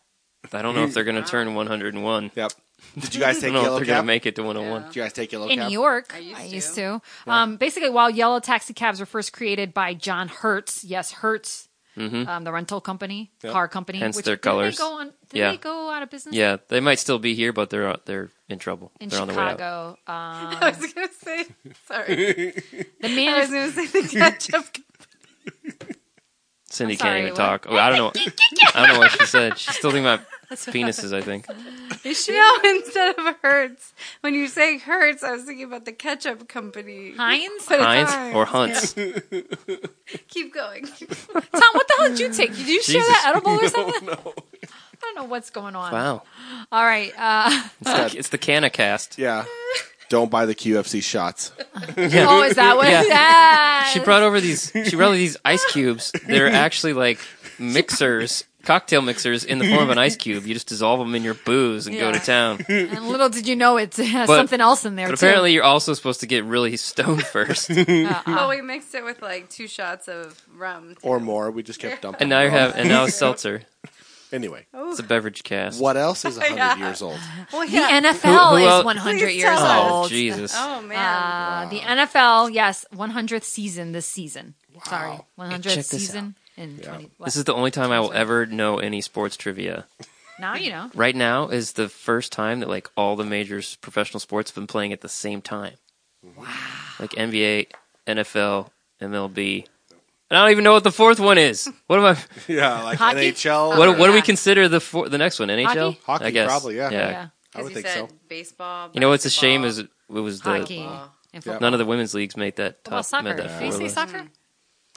Speaker 3: I don't know if they're gonna turn 101.
Speaker 4: Yep. <laughs> Did you guys
Speaker 3: I don't
Speaker 4: take
Speaker 3: know if
Speaker 4: yellow
Speaker 3: they're
Speaker 4: cap?
Speaker 3: gonna make it to 101.
Speaker 4: Did you guys take yellow
Speaker 1: In
Speaker 4: cap?
Speaker 1: New York, I used,
Speaker 2: used
Speaker 1: to. Um, basically, while yellow taxi cabs were first created by John Hertz, yes, Hertz, um, the rental company, car company,
Speaker 3: Mm-hmm. Hence
Speaker 1: which
Speaker 3: their
Speaker 1: didn't they
Speaker 3: colors.
Speaker 1: go on- didn't
Speaker 3: Yeah.
Speaker 1: they go out of business?
Speaker 3: Yeah, they might still be here, but they're they're in trouble.
Speaker 1: in
Speaker 3: they're on the way out.
Speaker 1: Chicago. Um,
Speaker 2: <laughs> I was going to say, sorry.
Speaker 1: the
Speaker 2: I
Speaker 1: <laughs> man.
Speaker 2: was going to say the <laughs> ketchup.
Speaker 3: Cindy
Speaker 1: I'm sorry,
Speaker 3: can't even
Speaker 1: what?
Speaker 3: talk. Oh, I
Speaker 1: <laughs>
Speaker 3: don't know. I don't know what she said. She's still thinking about penises.
Speaker 1: <laughs>
Speaker 3: I think.
Speaker 2: No, instead of Hertz. When you say Hertz, I was thinking about the ketchup company.
Speaker 1: Heinz?
Speaker 2: But it's
Speaker 3: Heinz
Speaker 2: Heinz.
Speaker 3: or Hunts.
Speaker 2: Keep going.
Speaker 1: Tom, what the hell did you take? Did you share
Speaker 3: Jesus.
Speaker 1: that
Speaker 3: <laughs>
Speaker 1: edible or something? I don't know what's going on.
Speaker 3: Wow,
Speaker 1: All right. Uh,
Speaker 3: it's, the- it's the Canna cast. <laughs>
Speaker 4: Yeah. Don't buy the QFC shots.
Speaker 1: oh, is that what
Speaker 3: Yeah.
Speaker 1: that?
Speaker 3: She brought over these. She brought over these
Speaker 1: <laughs>
Speaker 3: ice cubes. They're actually like mixers, cocktail mixers in the form of an ice cube. You just dissolve them in your booze and go to
Speaker 1: Yeah. <laughs>
Speaker 3: town. But
Speaker 1: and little did you know it has something else in there.
Speaker 3: apparently, you're also supposed to get really stoned
Speaker 1: <laughs>
Speaker 3: first, and
Speaker 1: too. Uh, uh,
Speaker 2: <laughs> Well, we mixed it with like two shots of rum.
Speaker 4: Or more. We just kept dumping.
Speaker 3: now you
Speaker 4: them.
Speaker 3: have and now seltzer.
Speaker 4: Anyway,
Speaker 1: Oh.
Speaker 3: It's a beverage cast.
Speaker 4: what else is
Speaker 1: <laughs>
Speaker 4: 100
Speaker 2: Yeah.
Speaker 3: <laughs>
Speaker 4: years old?
Speaker 2: Well,
Speaker 1: the
Speaker 2: yeah.
Speaker 1: NFL
Speaker 3: Who- who
Speaker 1: is
Speaker 3: else-
Speaker 1: 100
Speaker 2: Please
Speaker 1: years
Speaker 2: tell us.
Speaker 3: Oh
Speaker 1: old.
Speaker 3: Jesus!
Speaker 2: oh man.
Speaker 1: Uh, The NFL, yes, 100th season this season. Sorry, 100th
Speaker 3: Check this
Speaker 1: season in 20. what?
Speaker 3: This is the only time I will ever know any sports trivia.
Speaker 1: now you know.
Speaker 3: right now is the first time that like all the major s- professional sports have been playing at the same time. Wow. Like NBA, NFL, MLB. And I don't even know what the fourth one is. What am I?
Speaker 4: Yeah, like
Speaker 1: Hockey?
Speaker 4: NHL.
Speaker 3: What, what do we
Speaker 1: Yeah.
Speaker 3: consider the four, the next one? NHL,
Speaker 1: Hockey?
Speaker 4: Hockey,
Speaker 3: I guess.
Speaker 4: probably, yeah.
Speaker 3: yeah.
Speaker 1: Yeah,
Speaker 4: I would
Speaker 2: you
Speaker 4: think
Speaker 2: said
Speaker 4: so.
Speaker 2: baseball.
Speaker 3: You know what's a shame
Speaker 2: basketball.
Speaker 3: is it was the
Speaker 1: hockey and football.
Speaker 3: none of the women's leagues made that top
Speaker 1: Well, soccer.
Speaker 3: made that
Speaker 1: Did
Speaker 3: four
Speaker 1: you say
Speaker 3: list.
Speaker 1: soccer?
Speaker 2: Mm.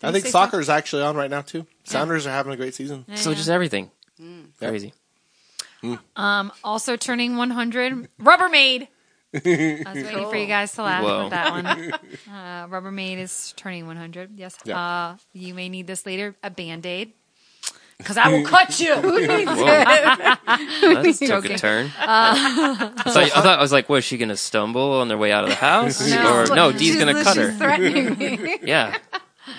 Speaker 4: I think soccer is actually on right now, too. Sounders are having a great season.
Speaker 3: So just everything.
Speaker 4: Mm.
Speaker 3: Crazy.
Speaker 1: Um, also turning 100, Rubbermaid. I was waiting for you guys to laugh
Speaker 3: Whoa.
Speaker 1: with that
Speaker 3: <laughs>
Speaker 1: one. Uh, Rubbermaid is turning 100. Yes.
Speaker 4: Yeah.
Speaker 1: Uh, you may need this later. A band aid. because I will cut you.
Speaker 2: Who
Speaker 1: <laughs>
Speaker 2: needs
Speaker 3: Whoa.
Speaker 2: it?
Speaker 3: That took a
Speaker 1: joking. <laughs>
Speaker 3: turn.
Speaker 1: Uh,
Speaker 3: so I, I thought I was like, was she going to stumble on their way out of the house?
Speaker 1: <laughs> No.
Speaker 3: Or no, Dee's
Speaker 2: She's-
Speaker 3: going to cut
Speaker 2: she's
Speaker 3: her.
Speaker 2: threatening me.
Speaker 3: yeah.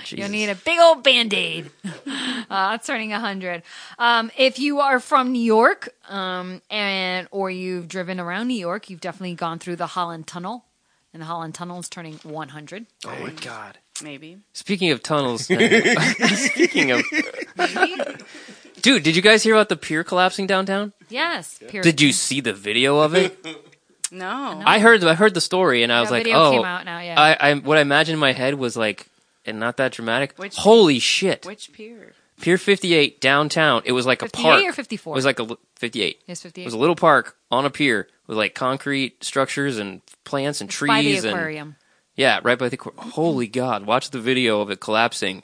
Speaker 3: Jesus.
Speaker 1: <laughs> You'll need a big old band aid. <laughs> uh, it's turning 100. Um, if you are from New York um, and or you've driven around New York, you've definitely gone through the Holland Tunnel. And the Holland Tunnel is turning 100.
Speaker 3: Oh my god.
Speaker 2: Maybe.
Speaker 3: Speaking
Speaker 1: <laughs>
Speaker 3: of tunnels. <laughs> speaking of
Speaker 2: Maybe.
Speaker 3: Dude, did you guys hear about the pier collapsing downtown?
Speaker 1: Yes. Period.
Speaker 3: Did you see the video of it?
Speaker 1: <laughs>
Speaker 2: No.
Speaker 3: I heard I heard the story and I was
Speaker 1: That
Speaker 3: like,
Speaker 1: video
Speaker 3: "Oh."
Speaker 1: came out now, yeah.
Speaker 3: I, I what I imagined in my head was like and not that dramatic.
Speaker 2: Which-
Speaker 3: Holy shit.
Speaker 2: Which pier?
Speaker 3: Pier 58 downtown. It was like a
Speaker 1: 58
Speaker 3: park.
Speaker 1: or 54?
Speaker 3: It was like a li- 58.
Speaker 1: Yes,
Speaker 3: It
Speaker 1: 58.
Speaker 3: was a little park on a pier with like concrete structures and plants and trees
Speaker 1: by the
Speaker 3: and
Speaker 1: aquarium.
Speaker 3: yeah, right by the aquar- holy god. Watch the video of it collapsing.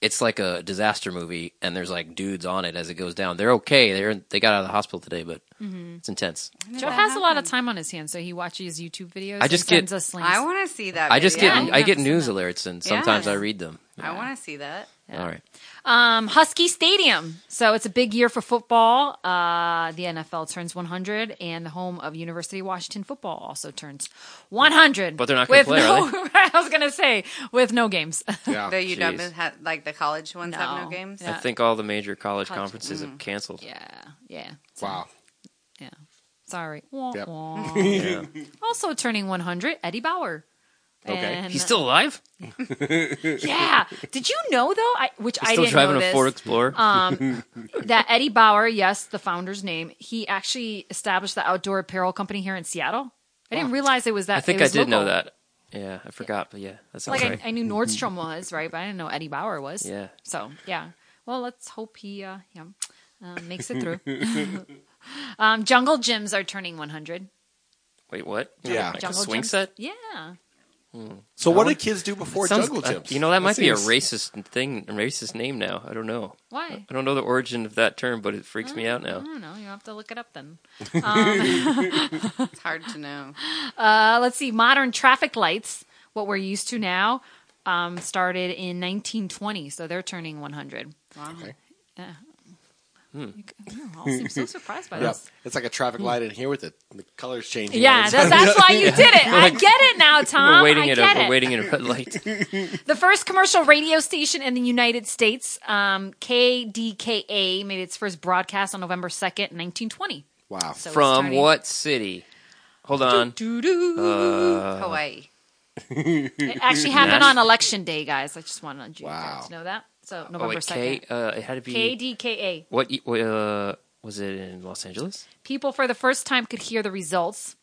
Speaker 3: It's like a disaster movie, and there's like dudes on it as it goes down. They're okay. They're they got out of the hospital today, but
Speaker 1: Mm-hmm.
Speaker 3: it's intense.
Speaker 1: Joe
Speaker 2: that
Speaker 1: has a lot of time on his hands, so he watches YouTube videos.
Speaker 3: I just
Speaker 1: and sends
Speaker 3: get-
Speaker 1: us links.
Speaker 2: I want to see that.
Speaker 3: I just
Speaker 2: video.
Speaker 3: get
Speaker 1: Yeah,
Speaker 3: I
Speaker 1: you
Speaker 3: get
Speaker 1: haven't seen
Speaker 3: news
Speaker 1: that.
Speaker 3: alerts, and sometimes
Speaker 2: Yes.
Speaker 3: I read them.
Speaker 2: I want to see that.
Speaker 3: All right,
Speaker 1: Um, Husky Stadium. So it's a big year for football. Uh, the NFL turns 100, and the home of University of Washington football also turns 100.
Speaker 3: But they're not gonna
Speaker 1: with
Speaker 3: play,
Speaker 1: no, <laughs>
Speaker 3: are
Speaker 1: I was going to say with no games. <laughs>
Speaker 4: Yeah.
Speaker 2: The UW
Speaker 3: Oh, jeez.
Speaker 2: ha- like the college ones have
Speaker 1: No.
Speaker 2: no games.
Speaker 1: Yeah.
Speaker 3: I think all the major
Speaker 1: College-
Speaker 3: college
Speaker 1: mm.
Speaker 3: conferences have canceled.
Speaker 1: yeah, yeah,
Speaker 4: Wow.
Speaker 1: yeah. Sorry. Wah,
Speaker 4: Yep.
Speaker 1: wah.
Speaker 3: <laughs> Yeah.
Speaker 1: also turning 100, Eddie Bauer.
Speaker 4: Okay.
Speaker 1: <laughs> And-
Speaker 3: He's still alive.
Speaker 1: <laughs> yeah. Did you know though? I, which
Speaker 3: He's
Speaker 1: I
Speaker 3: still
Speaker 1: didn't
Speaker 3: driving
Speaker 1: know
Speaker 3: a
Speaker 1: this.
Speaker 3: Ford Explorer. <laughs>
Speaker 1: um, that Eddie Bauer, yes, the founder's name, he actually established the outdoor apparel company here in Seattle. I didn't realize it was that.
Speaker 3: I think
Speaker 1: it
Speaker 3: I
Speaker 1: was
Speaker 3: did know
Speaker 1: local.
Speaker 3: that. Yeah, I forgot, but yeah, that sounds
Speaker 1: Like
Speaker 3: right.
Speaker 1: I, I knew Nordstrom was right, but I didn't know Eddie Bauer was.
Speaker 3: Yeah.
Speaker 1: So yeah. Well, let's hope he uh, yeah uh, makes
Speaker 3: <laughs>
Speaker 1: it through. um, jungle gyms are turning 100.
Speaker 3: Wait, what?
Speaker 4: Yeah.
Speaker 3: like a
Speaker 1: Jungle
Speaker 3: swing
Speaker 1: gyms?
Speaker 3: set.
Speaker 1: Yeah.
Speaker 4: So what did kids do before
Speaker 3: Sounds-
Speaker 4: jungle
Speaker 3: uh,
Speaker 4: gyms?
Speaker 3: you know, that might be a
Speaker 4: seems-
Speaker 3: racist thing, a racist name now. I don't know.
Speaker 1: Why?
Speaker 3: I don't know the origin of that term, but it freaks me out
Speaker 1: I
Speaker 3: now.
Speaker 1: don't know. You have to look it up then.
Speaker 2: It's hard to know.
Speaker 1: Uh, let's see. Modern traffic lights, what we're used to now, um, started in 1920, so they're turning 100.
Speaker 2: Wow.
Speaker 1: Yeah. You, g- you all seem
Speaker 3: <laughs>
Speaker 1: so surprised by
Speaker 4: Yeah.
Speaker 1: this.
Speaker 4: It's like a traffic light in here with it. The colors changing. all
Speaker 1: Mm. Yeah,
Speaker 4: the
Speaker 1: that's,
Speaker 4: time.
Speaker 1: that's why you
Speaker 3: <laughs>
Speaker 1: did it. I get it now, Tom.
Speaker 3: we're waiting
Speaker 1: Ah, I
Speaker 3: at
Speaker 1: get
Speaker 3: a,
Speaker 1: it.
Speaker 3: we're
Speaker 1: <laughs>
Speaker 3: waiting at a red light.
Speaker 1: The first commercial radio station in the United States, um, KDKA, made its first broadcast on November 2nd, 1920.
Speaker 4: Wow.
Speaker 1: So it's
Speaker 3: From
Speaker 1: turning-
Speaker 3: what city? Hold on. Uh,
Speaker 1: Doo-doo.
Speaker 2: Hawaii.
Speaker 1: it actually happened
Speaker 3: Nash-
Speaker 1: on election day, guys. I just wanted you
Speaker 4: Wow.
Speaker 1: guys to know that. So
Speaker 3: Oh,
Speaker 1: November
Speaker 3: wait, K.
Speaker 1: 2nd.
Speaker 3: Uh, it had to be
Speaker 1: KDKA.
Speaker 3: what? y- Uh, was it in Los Angeles?
Speaker 1: people for the first time could hear the results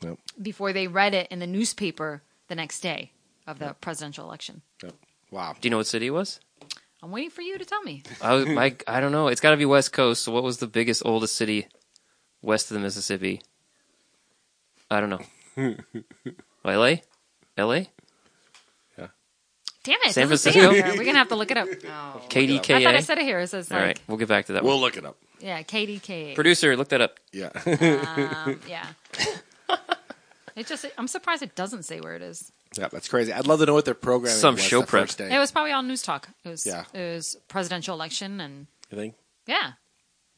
Speaker 4: Yep.
Speaker 1: before they read it in the newspaper the next day of the presidential election.
Speaker 4: Yep. Wow.
Speaker 3: Do you know what city it was?
Speaker 1: I'm waiting for you to tell me.
Speaker 3: I, was, my, I don't know. It's got to be West Coast. So what was the biggest, oldest city west of the Mississippi? I don't know.
Speaker 4: <laughs>
Speaker 3: L.A. L.A.
Speaker 1: Damn it.
Speaker 3: San
Speaker 1: it doesn't say it
Speaker 3: Francisco?
Speaker 1: here. We're going to have to look it
Speaker 3: <laughs>
Speaker 1: up.
Speaker 2: Oh.
Speaker 3: KDKA.
Speaker 1: I thought I said it here. It says
Speaker 3: All
Speaker 1: like,
Speaker 3: right, we'll get back to that.
Speaker 4: We'll
Speaker 3: one.
Speaker 4: look it up.
Speaker 1: yeah, KDKA.
Speaker 3: Producer, look that up.
Speaker 4: Yeah. <laughs>
Speaker 1: Um, yeah. <laughs> It just, I'm surprised it doesn't say where it is.
Speaker 4: yeah. That's crazy. I'd love to know what their programming
Speaker 3: Some
Speaker 4: was
Speaker 3: show
Speaker 4: the
Speaker 3: prep.
Speaker 4: first day.
Speaker 1: It was probably on News Talk. It was,
Speaker 4: Yeah.
Speaker 1: it was presidential election and
Speaker 4: you think?
Speaker 1: yeah.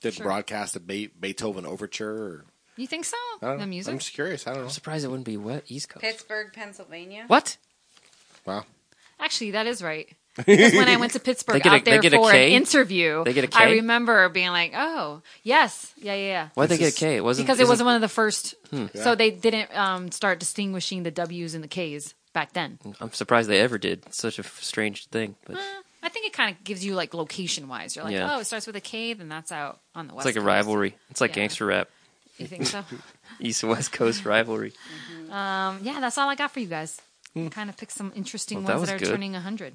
Speaker 4: Did
Speaker 1: Sure.
Speaker 4: broadcast a Be- Beethoven overture or
Speaker 1: You think so?
Speaker 4: I don't know.
Speaker 1: The music?
Speaker 4: I'm just curious. I don't know.
Speaker 3: I'm surprised it wouldn't be what East Coast.
Speaker 2: Pittsburgh, Pennsylvania.
Speaker 3: What?
Speaker 4: Wow.
Speaker 1: Actually, that is
Speaker 3: <laughs>
Speaker 1: right. Because when I went to
Speaker 3: They
Speaker 1: Pittsburgh
Speaker 3: get a-
Speaker 1: out there
Speaker 3: they get a
Speaker 1: for an
Speaker 3: K?
Speaker 1: interview,
Speaker 3: They get a
Speaker 1: I
Speaker 3: K?
Speaker 1: remember being like, "Oh, yes, yeah, yeah, yeah,"
Speaker 3: Why'd they get
Speaker 4: This
Speaker 3: a K? It wasn't
Speaker 1: because it
Speaker 3: isn't- Hmm.
Speaker 1: wasn't one of the first.
Speaker 4: Yeah.
Speaker 1: So they didn't um, start distinguishing the W's and the K's back then.
Speaker 3: I'm surprised they ever did. It's such a f- strange thing,
Speaker 1: Mm.
Speaker 3: but
Speaker 1: I think it kind of gives you like location wise. You're like,
Speaker 3: Yeah.
Speaker 1: "Oh, it starts with a K, then that's out on the west."
Speaker 3: it's like a
Speaker 1: Coast."
Speaker 3: rivalry. It's like
Speaker 1: Yeah.
Speaker 3: gangster rap,
Speaker 1: You think
Speaker 3: <laughs>
Speaker 1: so?
Speaker 3: East and
Speaker 1: <laughs>
Speaker 3: West Coast rivalry.
Speaker 1: um, yeah, that's all I got for you guys. Kind of picked some interesting
Speaker 3: Hmm. Well, that
Speaker 1: ones that,
Speaker 3: was
Speaker 1: are
Speaker 3: good.
Speaker 1: turning hundred.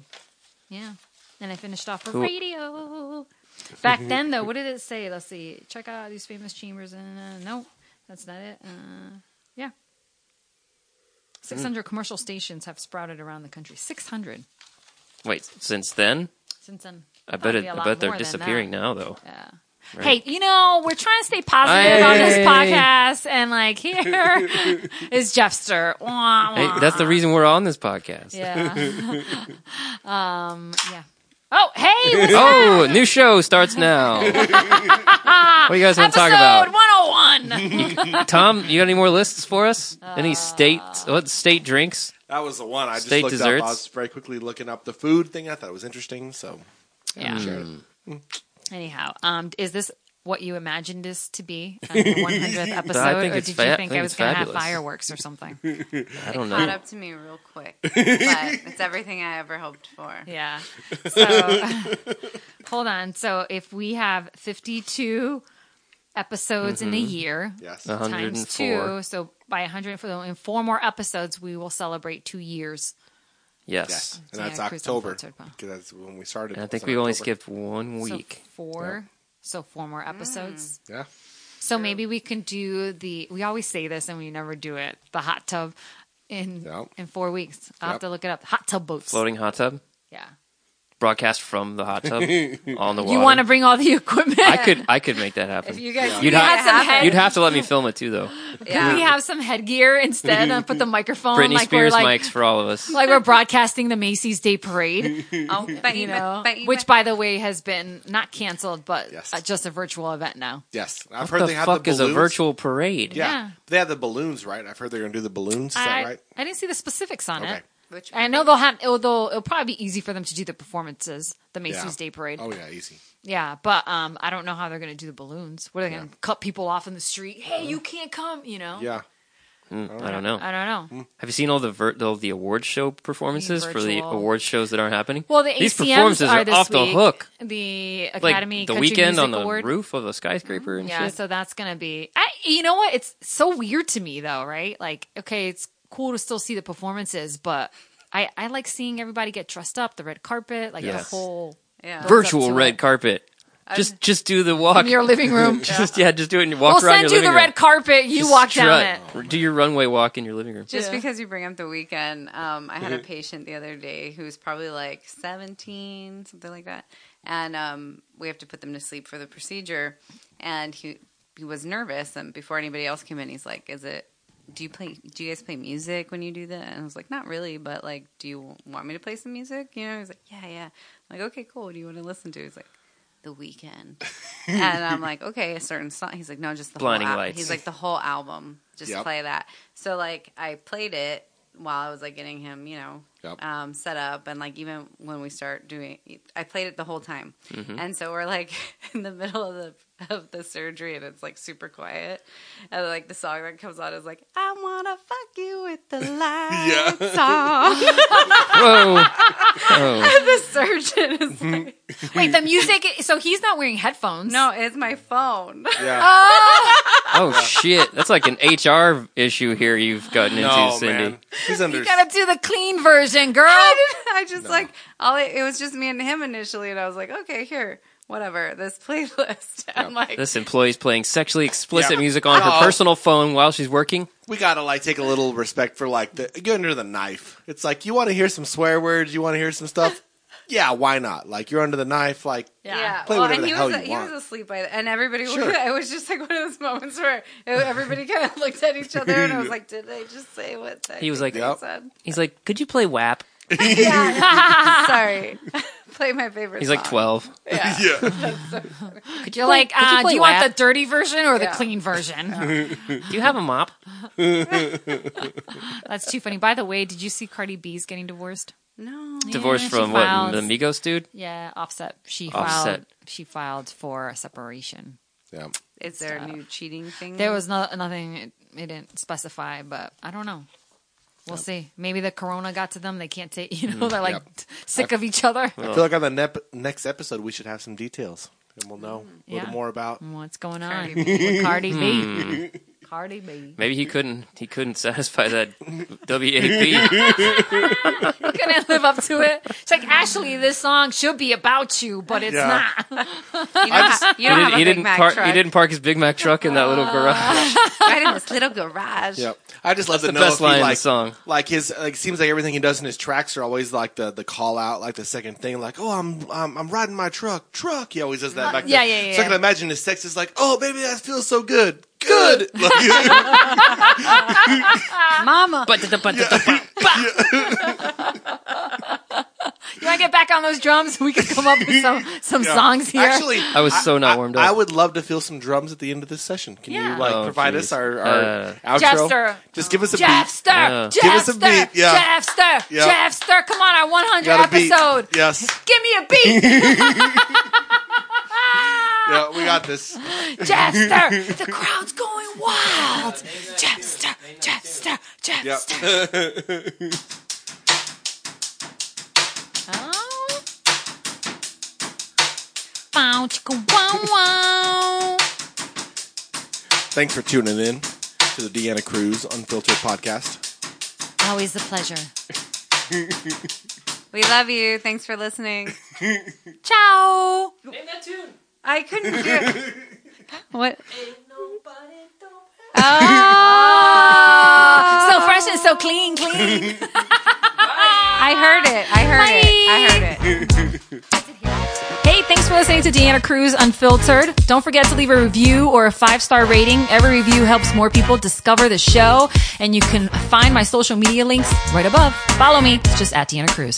Speaker 1: Yeah, and I finished off with
Speaker 3: Cool.
Speaker 1: radio.
Speaker 3: <laughs>
Speaker 1: Back then, though, what did it say? Let's see. Check out these famous chambers. And uh, no, that's not it. Uh,
Speaker 3: Hmm.
Speaker 1: yeah, six hundred commercial stations have sprouted around the country. Six hundred
Speaker 3: Wait, since then,
Speaker 1: since then.
Speaker 3: I bet it,
Speaker 1: be a
Speaker 3: I
Speaker 1: lot
Speaker 3: bet they're
Speaker 1: more than that.
Speaker 3: disappearing now, though.
Speaker 1: Yeah.
Speaker 3: Right.
Speaker 1: Hey, you know, we're trying to stay positive on
Speaker 3: Hey.
Speaker 1: this podcast, and like
Speaker 3: <laughs>
Speaker 1: here is Jeffster. Wah,
Speaker 3: Hey,
Speaker 1: wah.
Speaker 3: that's the reason we're on this podcast.
Speaker 1: Yeah. <laughs> um, yeah. Oh, hey, what's
Speaker 3: <laughs> Oh,
Speaker 1: <laughs>
Speaker 3: new show starts now. what do you guys want to talk
Speaker 1: episode
Speaker 3: about? <laughs>
Speaker 1: 101.
Speaker 3: Tom, you got any more lists for us?
Speaker 1: Uh,
Speaker 3: Any state what state drinks?
Speaker 4: That was the one I just
Speaker 3: State
Speaker 4: looked
Speaker 3: desserts?
Speaker 4: up. I was very quickly looking up the food thing. I thought it was interesting. So
Speaker 1: yeah.
Speaker 4: sure.
Speaker 3: Mm.
Speaker 1: Anyhow, um, is this what you imagined this to
Speaker 3: <laughs>
Speaker 1: be on the 100th episode,
Speaker 3: think
Speaker 1: or
Speaker 3: it's
Speaker 1: did
Speaker 3: fa-
Speaker 1: you
Speaker 3: I
Speaker 1: think,
Speaker 3: think
Speaker 1: I was
Speaker 3: it's
Speaker 1: going to have
Speaker 3: fabulous.
Speaker 1: fireworks or
Speaker 3: <laughs>
Speaker 1: something?
Speaker 3: I don't
Speaker 2: Caught
Speaker 3: know.
Speaker 2: up to me real
Speaker 3: <laughs>
Speaker 2: quick, but it's everything I ever hoped for.
Speaker 1: Yeah. So <laughs> hold on. So if we have 52 episodes
Speaker 3: Mm-hmm.
Speaker 1: in a year,
Speaker 4: yes,
Speaker 3: Uh-huh.
Speaker 1: times
Speaker 3: 104.
Speaker 1: two, so by 104, in four more episodes, we will celebrate two years.
Speaker 3: Yes.
Speaker 4: yes, and
Speaker 1: Yeah,
Speaker 4: that's
Speaker 1: cruise
Speaker 4: October
Speaker 1: unfiltered, wow.
Speaker 4: because that's when we started.
Speaker 3: And I
Speaker 4: It
Speaker 3: think
Speaker 4: was in
Speaker 3: we've only
Speaker 4: October.
Speaker 3: skipped one week.
Speaker 1: So four. So four more episodes.
Speaker 4: Yeah,
Speaker 1: So maybe we can do the. We always say this and we never do it. The hot tub in
Speaker 4: Yep.
Speaker 1: in four weeks. I'll have
Speaker 4: Yep.
Speaker 1: to look it up. Hot tub boats.
Speaker 3: Floating hot tub.
Speaker 1: Yeah.
Speaker 3: Broadcast from the hot
Speaker 4: <laughs>
Speaker 3: tub on the water.
Speaker 1: You want to bring all the <laughs> equipment?
Speaker 3: I could I could make that happen.
Speaker 2: If you guys
Speaker 3: You'd
Speaker 2: You'd
Speaker 3: have-
Speaker 2: have,
Speaker 1: Had some head-
Speaker 3: You'd have to let me film it
Speaker 1: <laughs>
Speaker 3: too though.
Speaker 1: Can
Speaker 2: yeah.
Speaker 1: we have some headgear instead and put
Speaker 3: <laughs>
Speaker 1: the microphone
Speaker 3: Britney
Speaker 1: like
Speaker 3: Spears
Speaker 1: we're like,
Speaker 3: mics for all of us.
Speaker 1: like we're broadcasting the Macy's Day Parade,
Speaker 2: Oh, but
Speaker 1: you
Speaker 2: even-
Speaker 1: know,
Speaker 2: but even-
Speaker 1: which by the way has been not canceled but
Speaker 4: Yes.
Speaker 1: uh, just a virtual event now.
Speaker 4: yes. I've heard
Speaker 3: What
Speaker 4: they
Speaker 3: the
Speaker 4: have
Speaker 3: fuck
Speaker 4: the
Speaker 3: is a
Speaker 4: balloons.
Speaker 3: virtual parade?
Speaker 4: Yeah.
Speaker 1: Yeah.
Speaker 4: they have the balloons, right? I've heard they're going to do the balloons. Is
Speaker 1: I,
Speaker 4: that right?
Speaker 1: I didn't see the specifics on
Speaker 4: Okay.
Speaker 1: it.
Speaker 2: Which
Speaker 1: I know they'll have although it'll probably be easy for them to do the performances, the Macy's
Speaker 4: Yeah.
Speaker 1: Day Parade.
Speaker 4: Oh yeah, easy.
Speaker 1: Yeah, but um, I don't know how they're going to do the balloons. What are they going to cut people off in the street? Hey, you can't come. You know?
Speaker 4: Yeah, Hmm.
Speaker 3: I don't know.
Speaker 1: I don't know.
Speaker 3: Have you seen all the ver- all the award show performances for the
Speaker 1: virtual-
Speaker 3: award shows that aren't happening?
Speaker 1: Well, the
Speaker 3: these
Speaker 1: ACMs
Speaker 3: performances
Speaker 1: are,
Speaker 3: are,
Speaker 1: this
Speaker 3: off the
Speaker 1: week.
Speaker 3: hook.
Speaker 1: The
Speaker 3: Like
Speaker 1: Academy
Speaker 3: the
Speaker 1: Country
Speaker 3: weekend
Speaker 1: Music
Speaker 3: on the
Speaker 1: Award.
Speaker 3: roof of a skyscraper and
Speaker 1: Yeah,
Speaker 3: shit.
Speaker 1: so that's gonna be. I, you know what? It's so weird to me though, right? Like, okay, it's cool to still see the performances, but I I like seeing everybody get dressed up, the red carpet, like
Speaker 3: Yes.
Speaker 1: the whole
Speaker 2: yeah.
Speaker 3: Virtual
Speaker 1: to
Speaker 3: red
Speaker 1: it.
Speaker 3: carpet. Just just do the walk.
Speaker 1: from your living room.
Speaker 3: <laughs> just yeah, just do it. And walk
Speaker 1: We'll
Speaker 3: around
Speaker 1: send you
Speaker 3: your
Speaker 1: the
Speaker 3: living room.
Speaker 1: red carpet. You
Speaker 3: Just
Speaker 1: walk down it.
Speaker 3: strut. Do your runway walk in your living room.
Speaker 2: Just
Speaker 1: Yeah.
Speaker 2: because you bring up the weekend, um, I
Speaker 3: <laughs>
Speaker 2: had a patient the other day who's probably like 17, something like that. And um, we have to put them to sleep for the procedure. And he, he was nervous. And before anybody else came in, he's like, Is it, do you play, do you guys play music when you do that? And I was like, Not really, but like, do you want me to play some music? You know, he's like, Yeah, yeah. I'm like, okay, cool. What do you want to listen to? He's like, the
Speaker 3: <laughs>
Speaker 2: weekend, and I'm like, okay, a certain song. He's like, no, just the
Speaker 3: Blinding
Speaker 2: whole al-"
Speaker 3: Lights.
Speaker 2: He's like, the whole album, just
Speaker 4: Yep.
Speaker 2: play that. So like I played it while I was like getting him, you know,
Speaker 4: Yep.
Speaker 2: um, set up, and like even when we start doing, I played it the whole time, and so we're like <laughs> in the middle of the of the surgery, and it's like super quiet, and like the song that comes on is like, I wanna fuck you with the lights off.
Speaker 3: Whoa. Oh.
Speaker 2: the surgeon is like,
Speaker 1: Wait, the music. So he's not wearing headphones.
Speaker 2: no, it's my phone.
Speaker 4: yeah.
Speaker 3: oh shit. That's like an HR issue here you've gotten into,
Speaker 4: no,
Speaker 3: Cindy.
Speaker 4: man, he's
Speaker 1: <laughs>
Speaker 4: under.
Speaker 1: you gotta do the clean version, girl.
Speaker 2: I just like all I, it was just me and him initially, and I was like, okay, here, whatever, this playlist. <laughs> I'm like,
Speaker 3: This employee's playing sexually explicit
Speaker 4: Yeah.
Speaker 3: music on her
Speaker 4: No.
Speaker 3: personal phone while she's working.
Speaker 4: we gotta like take a little respect for like the get under the knife. It's like you want to hear some swear words, you want to hear some
Speaker 1: <laughs>
Speaker 4: stuff. yeah, why not? Like you're under the knife. Like
Speaker 2: yeah.
Speaker 4: Play
Speaker 2: well,
Speaker 4: whatever
Speaker 2: and
Speaker 4: the
Speaker 2: he
Speaker 4: hell
Speaker 2: was
Speaker 4: you
Speaker 2: he
Speaker 4: want.
Speaker 2: was asleep by the, and everybody. was <laughs>
Speaker 4: Sure.
Speaker 2: It was just like one of those moments where it- everybody <laughs> kind of looked at each other, and I was like, did they just say what they
Speaker 3: He was like-
Speaker 2: they
Speaker 4: Yep.
Speaker 2: said?
Speaker 3: He's like, Could you play WAP?
Speaker 2: Sorry, <laughs> play my favorite.
Speaker 3: He's like
Speaker 4: Uh,
Speaker 2: song.
Speaker 3: twelve.
Speaker 2: Yeah. <laughs>
Speaker 1: <laughs>
Speaker 4: yeah,
Speaker 1: You're like,
Speaker 3: you
Speaker 1: uh,
Speaker 3: play
Speaker 1: do you
Speaker 3: WAP?
Speaker 1: want the dirty version or the
Speaker 2: Yeah.
Speaker 1: clean
Speaker 3: <laughs>
Speaker 1: version?
Speaker 3: Do you have a mop?
Speaker 1: That's too funny. By the way, did you see Cardi B's getting divorced?
Speaker 2: No,
Speaker 3: Divorced
Speaker 1: Yeah, she
Speaker 3: from what?
Speaker 1: files.
Speaker 3: The Migos dude?
Speaker 1: Yeah, Offset. She
Speaker 3: Offset.
Speaker 1: filed. She filed for a separation.
Speaker 4: yeah.
Speaker 2: is there a new cheating thing?
Speaker 1: There was no, nothing. It, it didn't specify, but I don't know. We'll see. Maybe the corona got to them. They can't take. <laughs> You know, they're like
Speaker 4: Mm, Yep.
Speaker 1: sick of each other. <laughs>
Speaker 4: I feel like on the nep- next episode we should have some details, and we'll know a
Speaker 1: Mm, Yeah.
Speaker 4: little more about.
Speaker 1: What's going on? with Cardi
Speaker 4: Hmm.
Speaker 1: B. <laughs> Cardi B.
Speaker 3: Maybe he couldn't. He couldn't satisfy that
Speaker 4: <laughs>
Speaker 3: WAP.
Speaker 1: Couldn't <laughs> live up to it. It's like Ashley. This song should be about you, but it's
Speaker 4: Yeah.
Speaker 1: not. <laughs>
Speaker 2: you don't, have, you don't
Speaker 3: he,
Speaker 2: have a Big
Speaker 3: didn't
Speaker 2: Mac
Speaker 3: park.
Speaker 2: truck.
Speaker 3: He didn't park his Big Mac truck in that little garage.
Speaker 2: <laughs> right in this little garage.
Speaker 4: Yep. I just love to
Speaker 3: the
Speaker 4: know
Speaker 3: best
Speaker 4: if he,
Speaker 3: line in the
Speaker 4: like,
Speaker 3: song.
Speaker 4: Like his, like seems like everything he does in his tracks are always like the the call out, like the second thing, like oh I'm I'm, I'm riding my truck, truck. He always does that back.
Speaker 1: yeah,
Speaker 4: there.
Speaker 1: yeah, yeah,
Speaker 4: So I
Speaker 1: yeah.
Speaker 4: can imagine his sex is like oh baby that feels so good, good.
Speaker 1: <laughs>
Speaker 4: Like, <laughs>
Speaker 2: Mama.
Speaker 3: But
Speaker 1: <laughs> You want to get back on those drums, we could come up with some some
Speaker 4: Yeah.
Speaker 1: songs here. <laughs>
Speaker 4: Actually,
Speaker 3: I was so not warmed up.
Speaker 4: I, would love to feel some drums at the end of this session. Can
Speaker 1: Yeah.
Speaker 4: you like
Speaker 3: Oh,
Speaker 4: provide
Speaker 3: geez.
Speaker 4: us our, our
Speaker 3: Uh,
Speaker 4: outro?
Speaker 1: Jeffster.
Speaker 4: Just give us a beat.
Speaker 1: Jeffster,
Speaker 3: Yeah.
Speaker 1: Jeffster,
Speaker 4: Give us a beat, yeah.
Speaker 1: Jeffster,
Speaker 4: Yeah.
Speaker 1: Jeffster, come on, our 100
Speaker 4: Got a beat.
Speaker 1: episode.
Speaker 4: Yes.
Speaker 1: Give me
Speaker 4: <laughs>
Speaker 1: a beat,
Speaker 4: yeah, we
Speaker 1: <laughs>
Speaker 4: got this.
Speaker 1: Jeffster. The crowd's going wild. Jeffster, Jeffster,
Speaker 4: Yep.
Speaker 1: Jeffster. Oh. Bow, chicka, wow, wow.
Speaker 4: Thanks for tuning in to the Deanna Cruz Unfiltered podcast.
Speaker 1: Always a pleasure.
Speaker 2: <laughs> We love you. Thanks for listening.
Speaker 1: Ciao.
Speaker 2: I couldn't do <laughs> it. What?
Speaker 1: So fresh and so clean, <laughs> clean.
Speaker 2: I heard it. I heard it. I heard it.
Speaker 1: hey, thanks for listening to Deanna Cruz Unfiltered. Don't forget to leave a review or a five star rating. Every review helps more people discover the show. And you can find my social media links right above. Follow me. It's just at Deanna Cruz.